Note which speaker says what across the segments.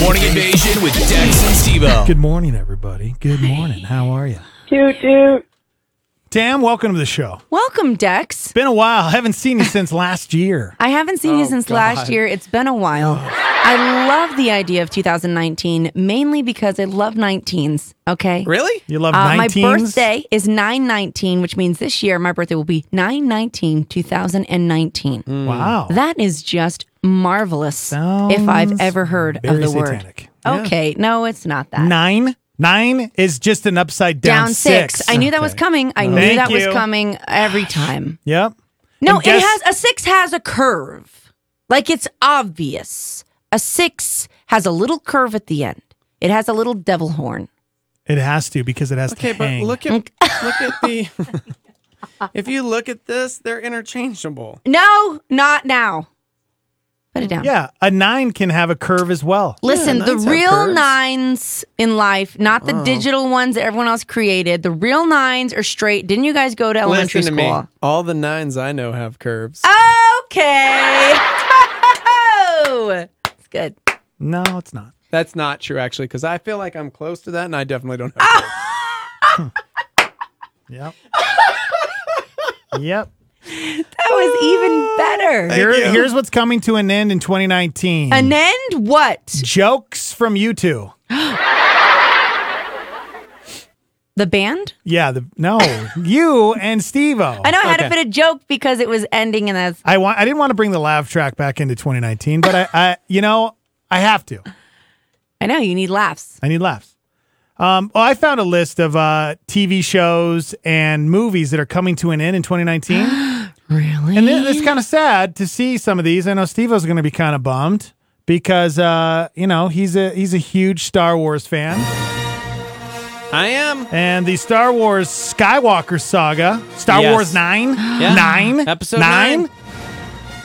Speaker 1: Morning Invasion with Dex and Steve-O.
Speaker 2: Good morning, everybody. Good morning. How are you?
Speaker 3: Toot toot.
Speaker 2: Tam, welcome to the show.
Speaker 4: Welcome, Dex.
Speaker 2: Been a while. Haven't seen you since last year.
Speaker 4: I haven't seen you since last year. It's been a while. I love the idea of 2019 mainly because I love 19s. Okay.
Speaker 1: Really?
Speaker 2: You love
Speaker 4: Uh, my
Speaker 2: 19s?
Speaker 4: birthday is 919, which means this year my birthday will be 919, 2019.
Speaker 2: Wow.
Speaker 4: Mm. That is just marvelous if I've
Speaker 2: Sounds
Speaker 4: ever heard of
Speaker 2: very
Speaker 4: the word.
Speaker 2: satanic. Yeah.
Speaker 4: Okay. No, it's not that.
Speaker 2: Nine? Nine is just an upside down,
Speaker 4: Down six. I knew that was coming. I knew
Speaker 2: Thank
Speaker 4: that was
Speaker 2: you.
Speaker 4: coming every time.
Speaker 2: Yep.
Speaker 4: No,
Speaker 2: And guess-
Speaker 4: it has a six has a curve. Like it's obvious. A six has a little curve at the end. It has a little devil horn.
Speaker 2: It has to because it has
Speaker 5: Okay,
Speaker 2: to
Speaker 5: but
Speaker 2: hang.
Speaker 5: look at look at the. if you look at this, they're interchangeable.
Speaker 4: No, not now. Put it down.
Speaker 2: yeah, a nine can have a curve as well.
Speaker 4: Listen,
Speaker 5: Yeah,
Speaker 4: the
Speaker 5: nines have
Speaker 4: real
Speaker 5: curves. Oh.
Speaker 4: nines in life, not the digital ones that everyone else created. The real nines are straight. Didn't you guys go to elementary
Speaker 5: Listen to
Speaker 4: school? Ah.
Speaker 5: me. All the nines I know have curves.
Speaker 4: Okay. it's good.
Speaker 2: No, it's not.
Speaker 5: That's not true, actually, because I feel like I'm close to that, and I definitely don't have.
Speaker 4: Ah.
Speaker 5: curves.
Speaker 2: Yep. yep.
Speaker 4: That was even better.
Speaker 2: Here- here's what's coming to an end in 2019.
Speaker 4: An end what?
Speaker 2: Jokes from you two.
Speaker 4: The band?
Speaker 2: Yeah, the, no, you and Steve-O.
Speaker 4: I know I had to fit a joke because it was ending and that's
Speaker 2: I want. I didn't want to bring the laugh track back into 2019, but I, I you know, I have to.
Speaker 4: I know you need laughs.
Speaker 2: I need laughs. Um, well, I found a list of uh, TV shows and movies that are coming to an end in 2019,
Speaker 4: Really?
Speaker 2: and it- it's kind of sad to see some of these. I know Steve-O's going to be kind of bummed because uh, you know he's a he's a huge Star Wars fan,
Speaker 5: I am.
Speaker 2: and the Star Wars Skywalker saga, Star
Speaker 5: Yes.
Speaker 2: Wars Nine,
Speaker 5: Yeah.
Speaker 2: Nine,
Speaker 5: Episode nine.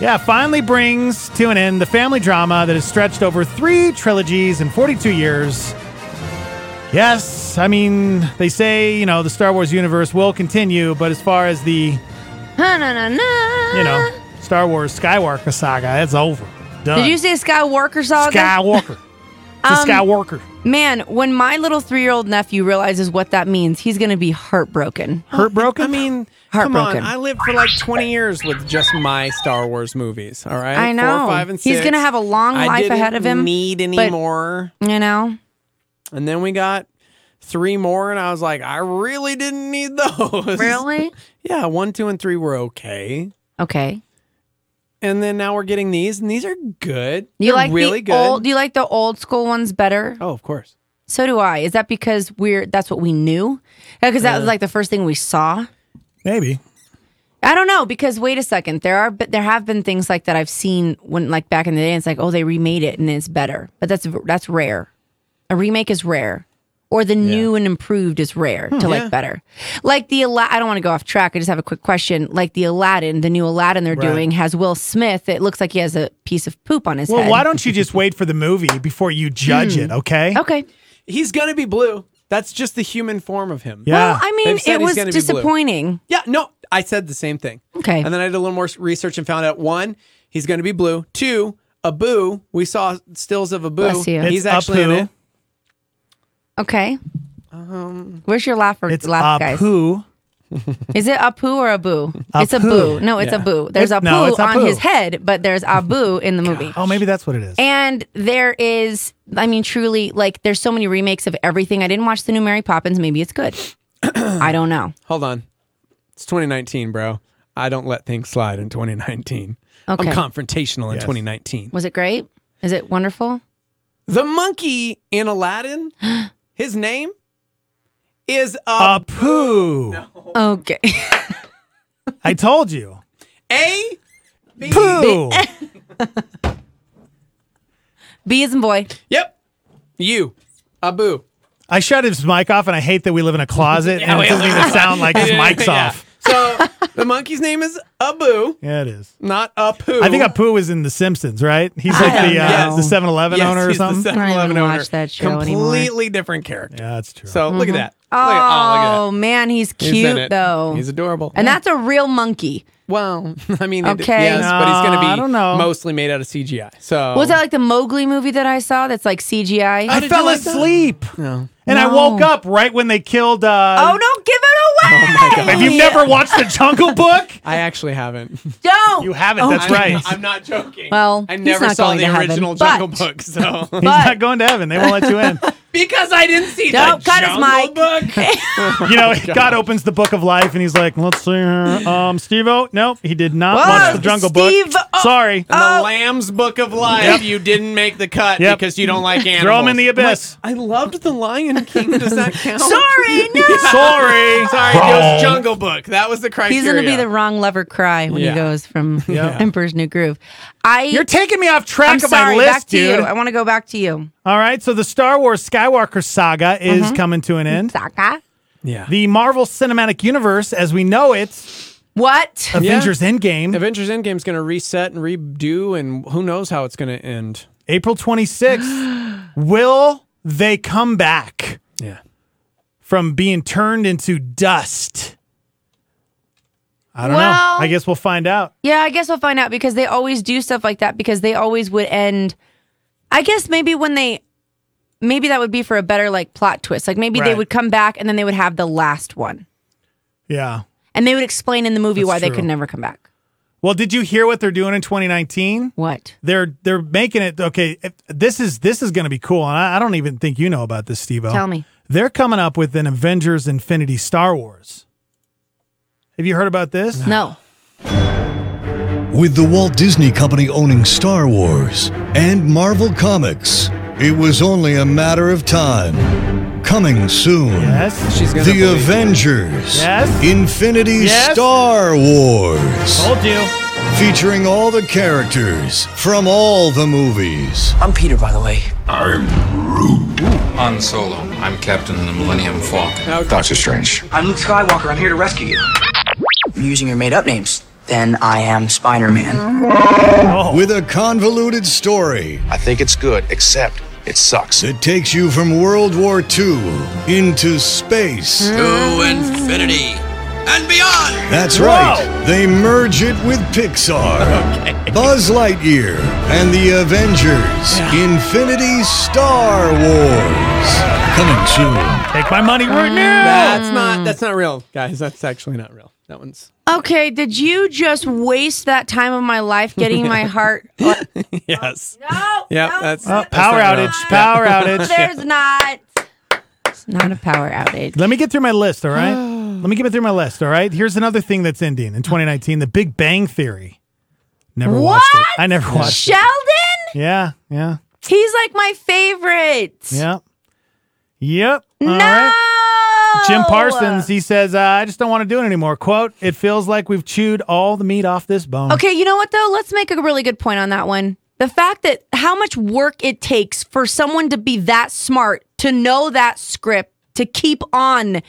Speaker 2: Yeah, finally brings to an end the family drama that has stretched over three trilogies and 42 years. Yes, I mean, they say, you know, the Star Wars universe will continue, but as far as the, you know, Star Wars Skywalker saga, that's over. Done.
Speaker 4: Did you see a Skywalker saga?
Speaker 2: Skywalker. It's
Speaker 4: Um,
Speaker 2: a Skywalker.
Speaker 4: Man, when my little three year old nephew realizes what that means, he's going to be heartbroken.
Speaker 2: Heartbroken?
Speaker 5: I mean, come on.
Speaker 4: Heartbroken.
Speaker 5: I lived for like 20 years with just my Star Wars movies. All right,
Speaker 4: I know.
Speaker 5: Four, five, and six.
Speaker 4: He's gonna have a long
Speaker 5: I
Speaker 4: life ahead
Speaker 5: didn't
Speaker 4: of him,
Speaker 5: Need any
Speaker 4: but-
Speaker 5: more?
Speaker 4: You know?
Speaker 5: And then we got three more, and I was like, I really didn't need those. Yeah, one, two, and three were okay.
Speaker 4: Okay.
Speaker 5: And then now we're getting these, and these are good.
Speaker 4: You
Speaker 5: They're
Speaker 4: like
Speaker 5: really
Speaker 4: the
Speaker 5: good.
Speaker 4: old? Do you like the old school ones better?
Speaker 5: oh, of course.
Speaker 4: So do I. Is that because we're that's what we knew? Because that was like the first thing we saw.
Speaker 2: Maybe.
Speaker 4: I don't know because wait a second, there are but there have been things like that I've seen when like back in the day. It's like oh they remade it and it's better, but that's that's rare. A remake is rare, or the new and improved is rare to like better. Like the Ala- I don't want to go off track. I just have a quick question. Like the Aladdin, the new Aladdin they're
Speaker 2: Right.
Speaker 4: doing has Will Smith. It looks like he has a piece of poop on his
Speaker 2: Well,
Speaker 4: head.
Speaker 2: why don't you just wait for the movie before you judge it, okay?
Speaker 4: Hmm. okay.
Speaker 5: He's gonna be blue. That's just the human form of him.
Speaker 2: Yeah.
Speaker 4: Well, I mean,
Speaker 5: They've said
Speaker 4: it
Speaker 5: he's
Speaker 4: was
Speaker 5: gonna be blue.
Speaker 4: disappointing.
Speaker 5: Yeah. No, I said the same thing.
Speaker 4: Okay.
Speaker 5: And then I did a little more research and found out one, he's gonna be blue. Two, Abu. We saw stills of Abu.
Speaker 4: Bless you.
Speaker 2: It's
Speaker 5: He's actually in
Speaker 2: Apu.
Speaker 5: it.
Speaker 4: Okay. Um, Where's your laugh or
Speaker 2: It's a
Speaker 4: laugh, guys?
Speaker 2: poo.
Speaker 4: Is it Apu or Abu? It's
Speaker 2: Apu.
Speaker 4: Abu. No, it's
Speaker 5: Yeah.
Speaker 4: Abu. There's
Speaker 2: It-
Speaker 4: Apu
Speaker 2: no, it's
Speaker 4: on
Speaker 2: Apu.
Speaker 4: his head, but there's Abu in the movie.
Speaker 2: Oh, maybe that's what it is.
Speaker 4: And there is, I mean, truly, like, there's so many remakes of everything. I didn't watch the new Mary Poppins. Maybe it's good. I don't know.
Speaker 5: Hold on. It's 2019, bro. I don't let things slide in 2019.
Speaker 4: Okay.
Speaker 5: I'm confrontational in 2019.
Speaker 4: Was it great? Is it wonderful?
Speaker 5: The monkey in Aladdin, his name is uh,
Speaker 2: a
Speaker 5: Ab-
Speaker 2: Uh, poo.
Speaker 4: Okay.
Speaker 2: I told you.
Speaker 5: A. B.
Speaker 2: Poo.
Speaker 4: B is in boy.
Speaker 5: Yep. You. Abu.
Speaker 2: I shut his mic off, and I hate that we live in a closet and it doesn't even sound like his mic's
Speaker 5: Yeah.
Speaker 2: off.
Speaker 5: So the monkey's name is Abu,
Speaker 2: Yeah, it is.
Speaker 5: not Apu.
Speaker 2: I think Apu is in The Simpsons, right? He's like the
Speaker 4: don't
Speaker 2: uh,
Speaker 4: know.
Speaker 2: the 7 Eleven
Speaker 5: Yes,
Speaker 2: owner or
Speaker 5: he's the
Speaker 2: something.
Speaker 5: 7-Eleven
Speaker 4: I don't even
Speaker 5: owner.
Speaker 4: watch that show anymore.
Speaker 5: Completely different character.
Speaker 2: Yeah, that's true.
Speaker 5: So look at that. Look
Speaker 4: Oh,
Speaker 5: at, oh, look at that.
Speaker 4: man, he's
Speaker 5: He's
Speaker 4: cute
Speaker 5: in it.
Speaker 4: though.
Speaker 5: He's adorable.
Speaker 4: and that's a real monkey.
Speaker 5: Well, I mean, it-
Speaker 4: Okay.
Speaker 5: yes, but he's going
Speaker 2: No,
Speaker 5: to be
Speaker 2: I don't know.
Speaker 5: mostly made out of CGI. So
Speaker 4: Was that like the Mowgli movie that I saw? That's like CGI.
Speaker 2: I
Speaker 5: did
Speaker 2: fell
Speaker 5: you like that?
Speaker 2: asleep.
Speaker 5: No.
Speaker 2: And I woke
Speaker 4: No.
Speaker 2: up right when they killed. Uh,
Speaker 4: oh no! Give it away!
Speaker 5: Oh my
Speaker 2: Have you never watched the Jungle Book?
Speaker 5: I actually haven't.
Speaker 4: Don't.
Speaker 2: You haven't.
Speaker 4: Oh
Speaker 2: that's
Speaker 4: my
Speaker 2: right.
Speaker 5: I'm not joking.
Speaker 4: Well,
Speaker 5: I
Speaker 4: he's
Speaker 5: never
Speaker 4: not
Speaker 5: saw
Speaker 4: going
Speaker 5: the
Speaker 4: to heaven,
Speaker 5: original
Speaker 4: but-
Speaker 5: Jungle Book, so
Speaker 2: He's
Speaker 4: But-
Speaker 2: not going to heaven. They won't let you in.
Speaker 5: because I didn't see
Speaker 4: Nope,
Speaker 5: the
Speaker 4: cut his
Speaker 5: Jungle Book.
Speaker 2: You know, God opens the book of life and he's like, let's see here. Um, Steve O. Nope, he did not
Speaker 4: Whoa,
Speaker 2: watch the Jungle
Speaker 4: Steve
Speaker 2: Book.
Speaker 4: O. Oh,
Speaker 2: Sorry.
Speaker 5: the Lamb's Book of Life. You didn't make the cut
Speaker 2: Yep.
Speaker 5: because you don't like animals.
Speaker 2: Throw him in the abyss.
Speaker 5: I loved The Lion King. Does that count?
Speaker 4: Sorry, no.
Speaker 2: Sorry.
Speaker 5: Sorry, it was Jungle Book. That was the criteria.
Speaker 4: He's gonna be the wrong lover cry when
Speaker 5: Yeah.
Speaker 4: he goes from
Speaker 5: Yeah.
Speaker 4: Emperor's New Groove. I.
Speaker 2: You're taking me off track
Speaker 4: I'm
Speaker 2: of my
Speaker 4: sorry.
Speaker 2: list,
Speaker 4: back to
Speaker 2: dude.
Speaker 4: you. I want to go back to you.
Speaker 2: All right, so the Star Wars Skywalker saga is
Speaker 4: Mm-hmm.
Speaker 2: coming to an end.
Speaker 4: Saka.
Speaker 5: yeah.
Speaker 2: The Marvel Cinematic Universe, as we know it,
Speaker 4: What?
Speaker 2: Avengers Endgame,
Speaker 5: Avengers Endgame's going to reset and redo, and who knows how it's going to end.
Speaker 2: April 26th. Will they come back
Speaker 5: Yeah.
Speaker 2: from being turned into dust? I don't
Speaker 4: Well-
Speaker 2: know. I guess we'll find out.
Speaker 4: Yeah, I guess we'll find out because they always do stuff like that because they always would end. I guess maybe when they, maybe that would be for a better like plot twist. Like maybe they
Speaker 2: Right.
Speaker 4: would come back and then they would have the last one
Speaker 2: Yeah.
Speaker 4: and they would explain in the movie
Speaker 2: That's
Speaker 4: why they
Speaker 2: true.
Speaker 4: could never come back.
Speaker 2: Well, did you hear what they're doing in 2019?
Speaker 4: What?
Speaker 2: They're they're making it okay. if- This is this is going to be cool, and I, I don't even think you know about this, Steve.
Speaker 4: Tell me.
Speaker 2: they're coming up with an Avengers Infinity Star Wars. Have you heard about this?
Speaker 4: No.
Speaker 3: With the Walt Disney Company owning Star Wars and Marvel Comics, it was only a matter of time. Coming soon.
Speaker 2: Yes.
Speaker 5: She's going to
Speaker 3: The Avengers.
Speaker 2: Yes.
Speaker 3: Infinity
Speaker 2: Yes. Oh.
Speaker 3: Star Wars.
Speaker 2: Told you.
Speaker 3: Featuring all the characters from all the movies.
Speaker 6: I'm Peter, by the way.
Speaker 7: Han Solo. I'm Captain of the Millennium Falcon. Doctor Strange.
Speaker 6: I'm Luke Skywalker. I'm here to rescue you. I'm using your made up names. Then I am Spider Man.
Speaker 2: Oh.
Speaker 3: With a convoluted story
Speaker 8: I think it's good, except it sucks.
Speaker 3: that takes you from World War II into space.
Speaker 7: To infinity and beyond.
Speaker 3: That's right. They merge it with Pixar, Buzz Lightyear, and the Avengers Infinity Star Wars. Coming soon.
Speaker 2: Take my money
Speaker 4: Mm.
Speaker 2: right now.
Speaker 5: That's not that's not real, guys. That's actually not real. That one's
Speaker 4: Okay. Did you just waste that time of my life getting my heart? no.
Speaker 5: yes.
Speaker 4: no,
Speaker 5: Yeah, that's
Speaker 2: Oh, power
Speaker 5: not
Speaker 2: outage.
Speaker 5: real.
Speaker 2: Power outage.
Speaker 4: There's not. It's not a power outage.
Speaker 2: Let me get through my list, all right? Let me get through my list, all right? Here's another thing that's ending in 2019 The Big Bang Theory. Never watched
Speaker 4: What?
Speaker 2: it. I never watched it.
Speaker 4: Sheldon?
Speaker 2: Yeah, yeah,
Speaker 4: He's like my favorite.
Speaker 2: yeah. Yep. All
Speaker 4: No.
Speaker 2: right. Jim Parsons, he says, uh, I just don't want to do it anymore. Quote, it feels like we've chewed all the meat off this bone.
Speaker 4: Okay, you know what though? Let's make a really good point on that one. The fact that how much work it takes for someone to be that smart, to know that script, to keep on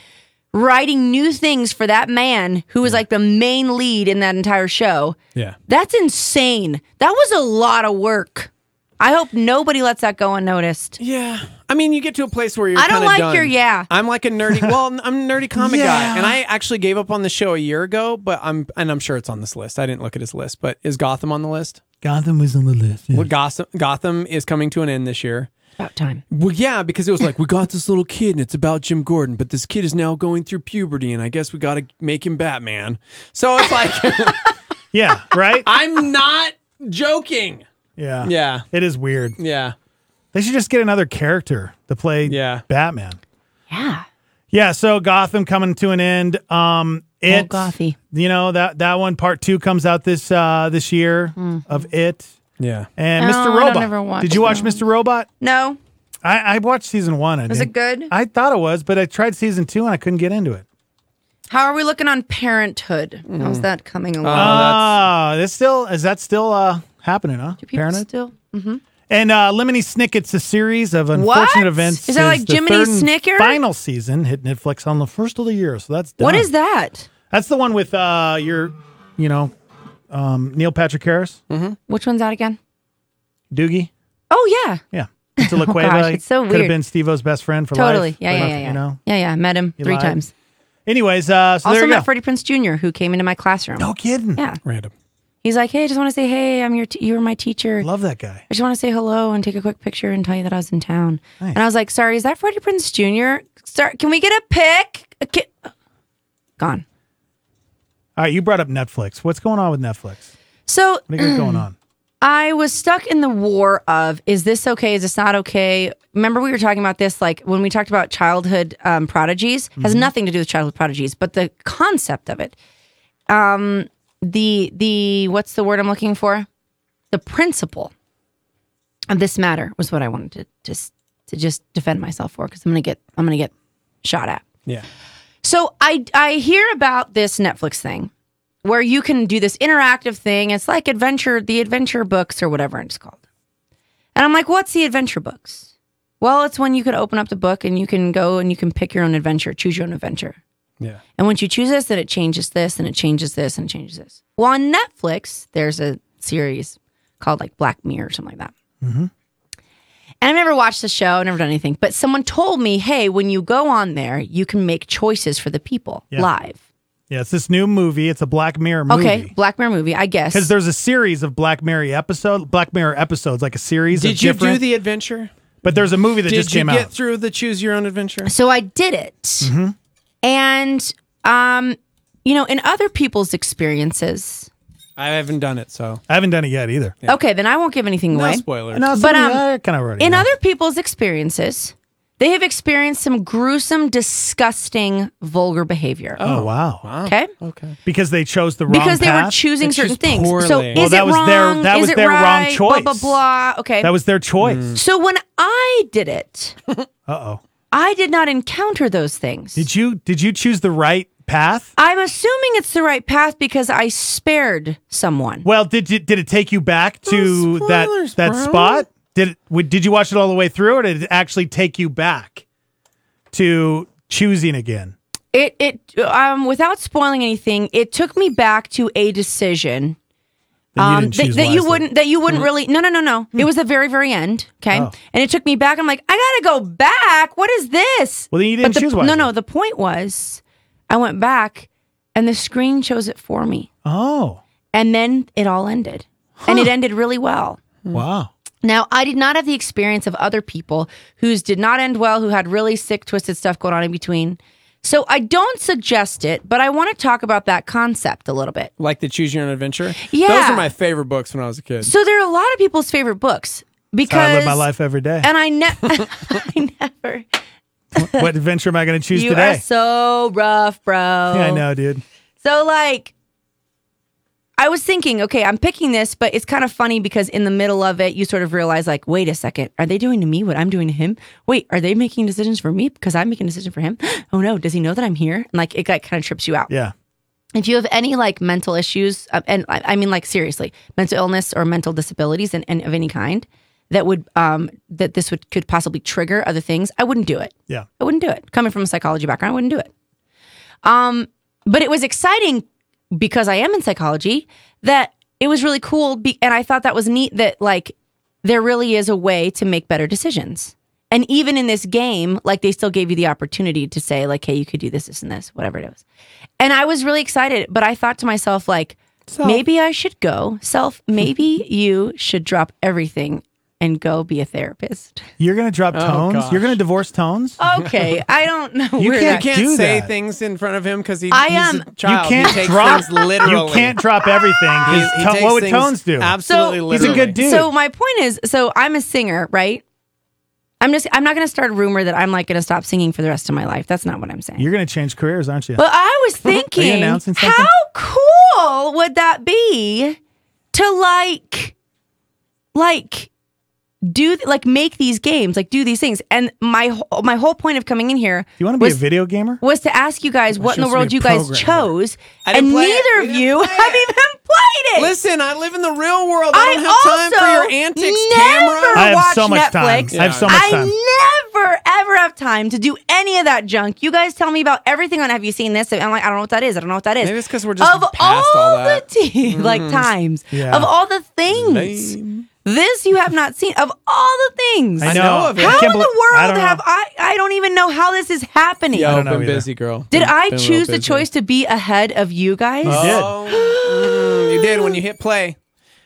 Speaker 4: writing new things for that man who was like the main lead in that entire show.
Speaker 5: Yeah.
Speaker 4: That's insane. That was a lot of work. I hope nobody lets that go unnoticed.
Speaker 5: Yeah. I mean, you get to a place where you're
Speaker 4: I don't
Speaker 5: kinda
Speaker 4: like
Speaker 5: done.
Speaker 4: your yeah.
Speaker 5: I'm like a nerdy. Well, I'm a nerdy comic
Speaker 2: Yeah.
Speaker 5: guy, and I actually gave up on the show a year ago. But I'm and I'm sure it's on this list. I didn't look at his list, but is Gotham on the list?
Speaker 2: Gotham was on the list.
Speaker 5: Well, Gotham Gotham is coming to an end this year.
Speaker 4: About time.
Speaker 5: Well, yeah, because it was like we got this little kid and it's about Jim Gordon, but this kid is now going through puberty, and I guess we got to make him Batman. So it's like
Speaker 2: Yeah, right?
Speaker 5: I'm not joking.
Speaker 2: Yeah.
Speaker 5: Yeah.
Speaker 2: It is weird.
Speaker 5: Yeah.
Speaker 2: They should just get another character to play
Speaker 5: Yeah.
Speaker 2: Batman.
Speaker 4: Yeah.
Speaker 2: Yeah, so Gotham coming to an end. Um it
Speaker 4: Gothy.
Speaker 2: You know, that that one part 2 comes out this uh this year of it.
Speaker 5: Yeah.
Speaker 2: And
Speaker 9: Hmm. No, I
Speaker 2: Mr.
Speaker 9: don't
Speaker 2: Robot.
Speaker 9: ever watch
Speaker 2: Did you watch
Speaker 9: those.
Speaker 2: Mr. Robot?
Speaker 4: No.
Speaker 2: I, I watched season 1 and
Speaker 4: Was it good?
Speaker 2: I thought it was, but I tried season 2 and I couldn't get into it.
Speaker 4: How are we looking on parenthood? How's that coming along?
Speaker 2: Ah, that's still is that still uh happening, huh?
Speaker 4: Do people
Speaker 2: Parenthood?
Speaker 4: still
Speaker 2: And uh, Lemony Snicket's a series of unfortunate
Speaker 4: What?
Speaker 2: events.
Speaker 4: Is that like
Speaker 2: the
Speaker 4: Jiminy
Speaker 2: third and
Speaker 4: Snicker?
Speaker 2: Final season hit Netflix on the first of the year, so that's done.
Speaker 4: What is that?
Speaker 2: That's the one with uh, your, you know, um, Neil Patrick Harris,
Speaker 4: Which one's that again?
Speaker 2: Doogie.
Speaker 4: Oh yeah,
Speaker 2: Yeah, to La Cueva.
Speaker 4: gosh, it's so
Speaker 2: Could have
Speaker 4: weird.
Speaker 2: been Steve-O's best friend for
Speaker 4: totally.
Speaker 2: life.
Speaker 4: Yeah,
Speaker 2: but,
Speaker 4: yeah, yeah, yeah.
Speaker 2: You know,
Speaker 4: yeah, yeah. I met him
Speaker 2: He
Speaker 4: three
Speaker 2: lied.
Speaker 4: times.
Speaker 2: Anyways, uh, so there
Speaker 4: also
Speaker 2: you go.
Speaker 4: met Freddie Prince Jr., who came into my classroom.
Speaker 2: no kidding.
Speaker 4: Yeah.
Speaker 5: Random.
Speaker 4: He's like, hey, I just want to say, hey, I'm your, t- you were my teacher.
Speaker 2: Love that guy.
Speaker 4: I just want to say hello and take a quick picture and tell you that I was in town. And I was like, sorry, is that Freddie Prince Jr.? Sir, can we get a pic? A ki- Gone.
Speaker 2: All right, you brought up Netflix. What's going on with Netflix?
Speaker 4: So
Speaker 2: What do you got going on?
Speaker 4: I was stuck in the war of is this okay? Is this not okay? Remember we were talking about this like when we talked about childhood um, prodigies has nothing to do with childhood prodigies, but the concept of it, um, the the what's the word I'm looking for? The principle of this matter was what I wanted to just to just defend myself for because I'm gonna get I'm gonna get shot at.
Speaker 5: Yeah.
Speaker 4: So I I hear about this Netflix thing where you can do this interactive thing. It's like adventure, the adventure books or whatever it's called. And I'm like, what's the adventure books? Well, it's when you could open up the book and you can go and you can pick your own adventure, choose your own adventure.
Speaker 5: Yeah.
Speaker 4: And once you choose this, then it changes this and it changes this and it changes this. Well, on Netflix, there's a series called like Black Mirror or something like that. And I've never watched the show, never done anything, but someone told me, hey, when you go on there, you can make choices for the people
Speaker 2: Yeah.
Speaker 4: live.
Speaker 2: Yeah, it's this new movie. It's a Black Mirror movie.
Speaker 4: Okay, Black Mirror movie, I guess.
Speaker 2: Because there's a series of Black Mirror episode, Black Mirror episodes, like a series. of
Speaker 5: Did you do
Speaker 2: different-
Speaker 5: the adventure?
Speaker 2: But there's a movie that
Speaker 5: Did
Speaker 2: just
Speaker 5: you
Speaker 2: came
Speaker 5: get
Speaker 2: out.
Speaker 5: through the choose your own adventure?
Speaker 4: So I did it.
Speaker 2: Mm-hmm.
Speaker 4: And um, you know, in other people's experiences.
Speaker 5: I haven't done it, so
Speaker 2: I haven't done it yet either.
Speaker 4: Okay, then I won't give anything
Speaker 5: no
Speaker 4: away.
Speaker 5: spoilers.
Speaker 2: No,
Speaker 4: But,
Speaker 2: but
Speaker 4: um,
Speaker 2: I kind of already
Speaker 4: In
Speaker 2: know.
Speaker 4: other people's experiences, they have experienced some gruesome, disgusting, vulgar behavior.
Speaker 2: Oh wow!
Speaker 4: Okay?
Speaker 5: Okay.
Speaker 2: Because they chose the wrong
Speaker 4: Because they were
Speaker 2: path?
Speaker 4: choosing
Speaker 5: It's
Speaker 4: certain
Speaker 5: just
Speaker 4: things.
Speaker 5: poorly.
Speaker 4: So
Speaker 5: Well,
Speaker 4: is
Speaker 2: that
Speaker 4: it
Speaker 2: was
Speaker 4: wrong?
Speaker 2: their- that
Speaker 4: Is
Speaker 2: was
Speaker 4: it
Speaker 2: their wrong
Speaker 4: right?
Speaker 2: choice.
Speaker 4: Blah blah blah. Okay.
Speaker 2: That was their choice.
Speaker 5: Mm.
Speaker 4: so when I did it,
Speaker 2: Uh oh.
Speaker 4: I did not encounter those things.
Speaker 2: Did you did you choose the right path?
Speaker 4: I'm assuming it's the right path because I spared someone.
Speaker 2: Well, did you, did it take you back to
Speaker 5: No spoilers,
Speaker 2: that that
Speaker 5: bro.
Speaker 2: spot? Did it, would- did you watch it all the way through, or did it actually take you back to choosing again?
Speaker 4: It it um without spoiling anything, it took me back to a decision
Speaker 2: That you
Speaker 4: um
Speaker 2: didn't
Speaker 4: that,
Speaker 2: choose
Speaker 4: that you
Speaker 2: wisely? Mm-hmm. Hmm.
Speaker 4: wouldn't that you wouldn't really no no no no. It was the very very end, okay?
Speaker 2: Oh.
Speaker 4: And it took me back. I'm like, I got to go back. What is this?
Speaker 2: Well, then you
Speaker 4: But
Speaker 2: didn't
Speaker 4: the-
Speaker 2: choose
Speaker 4: No,
Speaker 2: wisely.
Speaker 4: no, the point was I went back and the screen chose it for me.
Speaker 2: Oh
Speaker 4: And then it all ended. And it ended really well.
Speaker 5: Hmm.
Speaker 2: wow!
Speaker 4: Now, I did not have the experience of other people whose did not end well, who had really sick, twisted stuff going on in between. So I don't suggest it, but I want to talk about that concept a little bit.
Speaker 5: Like the choose your own adventure? Those
Speaker 4: Yeah.
Speaker 5: are my favorite books when I was a kid.
Speaker 4: So there are a lot of people's favorite books because
Speaker 2: How I live my life every day.
Speaker 4: And I, ne- I never.
Speaker 2: what adventure am I going to choose
Speaker 4: You
Speaker 2: today?
Speaker 4: are so rough, bro.
Speaker 2: yeah, I know, dude.
Speaker 4: So like I was thinking, okay, I'm picking this, but it's kind of funny because in the middle of it, you sort of realize like, wait a second, are they doing to me what I'm doing to him? Wait, are they making decisions for me because I'm making a decision for him? Oh no, does he know that I'm here? And like it like kind of trips you out.
Speaker 2: Yeah,
Speaker 4: If you have any like mental issues, uh, and I I mean like seriously, mental illness or mental disabilities and, and of any kind that would um that this would could possibly trigger other things, I wouldn't do it.
Speaker 2: yeah.
Speaker 4: I wouldn't do it. Coming from a psychology background, I wouldn't do it. Um, but it was exciting because I am in psychology that it was really cool. Be- and I thought that was neat that, like, there really is a way to make better decisions. And even in this game, like, they still gave you the opportunity to say, like, hey, you could do this, this, and this, whatever it was. And I was really excited, but I thought to myself, like, maybe I should go. Self, maybe you should drop everything and go be a therapist.
Speaker 2: You're going to drop tones.
Speaker 5: gosh.
Speaker 2: You're going to divorce tones.
Speaker 4: Okay, I don't know.
Speaker 2: You
Speaker 4: where
Speaker 2: can't
Speaker 4: that-
Speaker 5: can't
Speaker 2: do
Speaker 5: say
Speaker 2: that.
Speaker 5: things in front of him because he,
Speaker 4: I um,
Speaker 5: he's
Speaker 4: am-
Speaker 5: a child.
Speaker 2: You can't
Speaker 5: he takes
Speaker 2: drop.
Speaker 5: things literally.
Speaker 2: You can't drop everything. 'cause
Speaker 5: Oh, He- he
Speaker 2: Tone-
Speaker 5: takes
Speaker 2: what would
Speaker 5: things
Speaker 2: tones do?
Speaker 5: Absolutely,
Speaker 4: So-
Speaker 2: He's a
Speaker 5: literally.
Speaker 2: good dude.
Speaker 4: So my point is, so I'm a singer, right? I'm just I'm not going to start a rumor that I'm like going to stop singing for the rest of my life. That's not what I'm saying.
Speaker 2: You're going to change careers, aren't you?
Speaker 4: but I was thinking,
Speaker 2: announcing something?
Speaker 4: how cool would that be to like, like do like make these games, like do these things? And my whole my whole point of coming in here,
Speaker 2: you want to be
Speaker 4: was,
Speaker 2: a video gamer?
Speaker 4: was to ask you guys what in the
Speaker 5: supposed to
Speaker 4: world
Speaker 5: be
Speaker 4: you
Speaker 5: a
Speaker 4: guys
Speaker 5: programmer.
Speaker 4: chose,
Speaker 5: I didn't
Speaker 4: and
Speaker 5: play it.
Speaker 4: neither
Speaker 5: We
Speaker 4: of
Speaker 5: didn't
Speaker 4: you
Speaker 5: play
Speaker 4: have
Speaker 5: it.
Speaker 4: even played it.
Speaker 5: Listen, I live in the real world. I,
Speaker 4: I
Speaker 5: don't have time for your
Speaker 4: also
Speaker 5: antics,
Speaker 4: never-
Speaker 5: camera.
Speaker 2: I have
Speaker 4: watch
Speaker 2: so much time.
Speaker 4: Netflix.
Speaker 2: I have so much time.
Speaker 4: I never ever have time to do any of that junk. You guys tell me about everything on Have you seen this? I'm like, I don't know what that is. I don't know what that is.
Speaker 5: Maybe it's 'cause we're just
Speaker 4: of
Speaker 5: past all
Speaker 4: all,
Speaker 5: that. Mm.
Speaker 4: the t- like times
Speaker 2: Yeah.
Speaker 4: of all the things. This you have not seen of all the things.
Speaker 5: I know of it.
Speaker 4: How
Speaker 2: I can't
Speaker 4: in the
Speaker 2: believe- I
Speaker 4: world
Speaker 2: don't know.
Speaker 4: have I? I I don't even know how this is happening.
Speaker 5: Yeah,
Speaker 2: don't
Speaker 5: I've
Speaker 2: know
Speaker 5: been
Speaker 2: either.
Speaker 5: busy, girl.
Speaker 4: Did
Speaker 5: Been-
Speaker 4: I
Speaker 5: been real
Speaker 4: choose the
Speaker 5: busy.
Speaker 4: choice to be ahead of you guys?
Speaker 2: did.
Speaker 5: Oh, mm, you did when you hit play.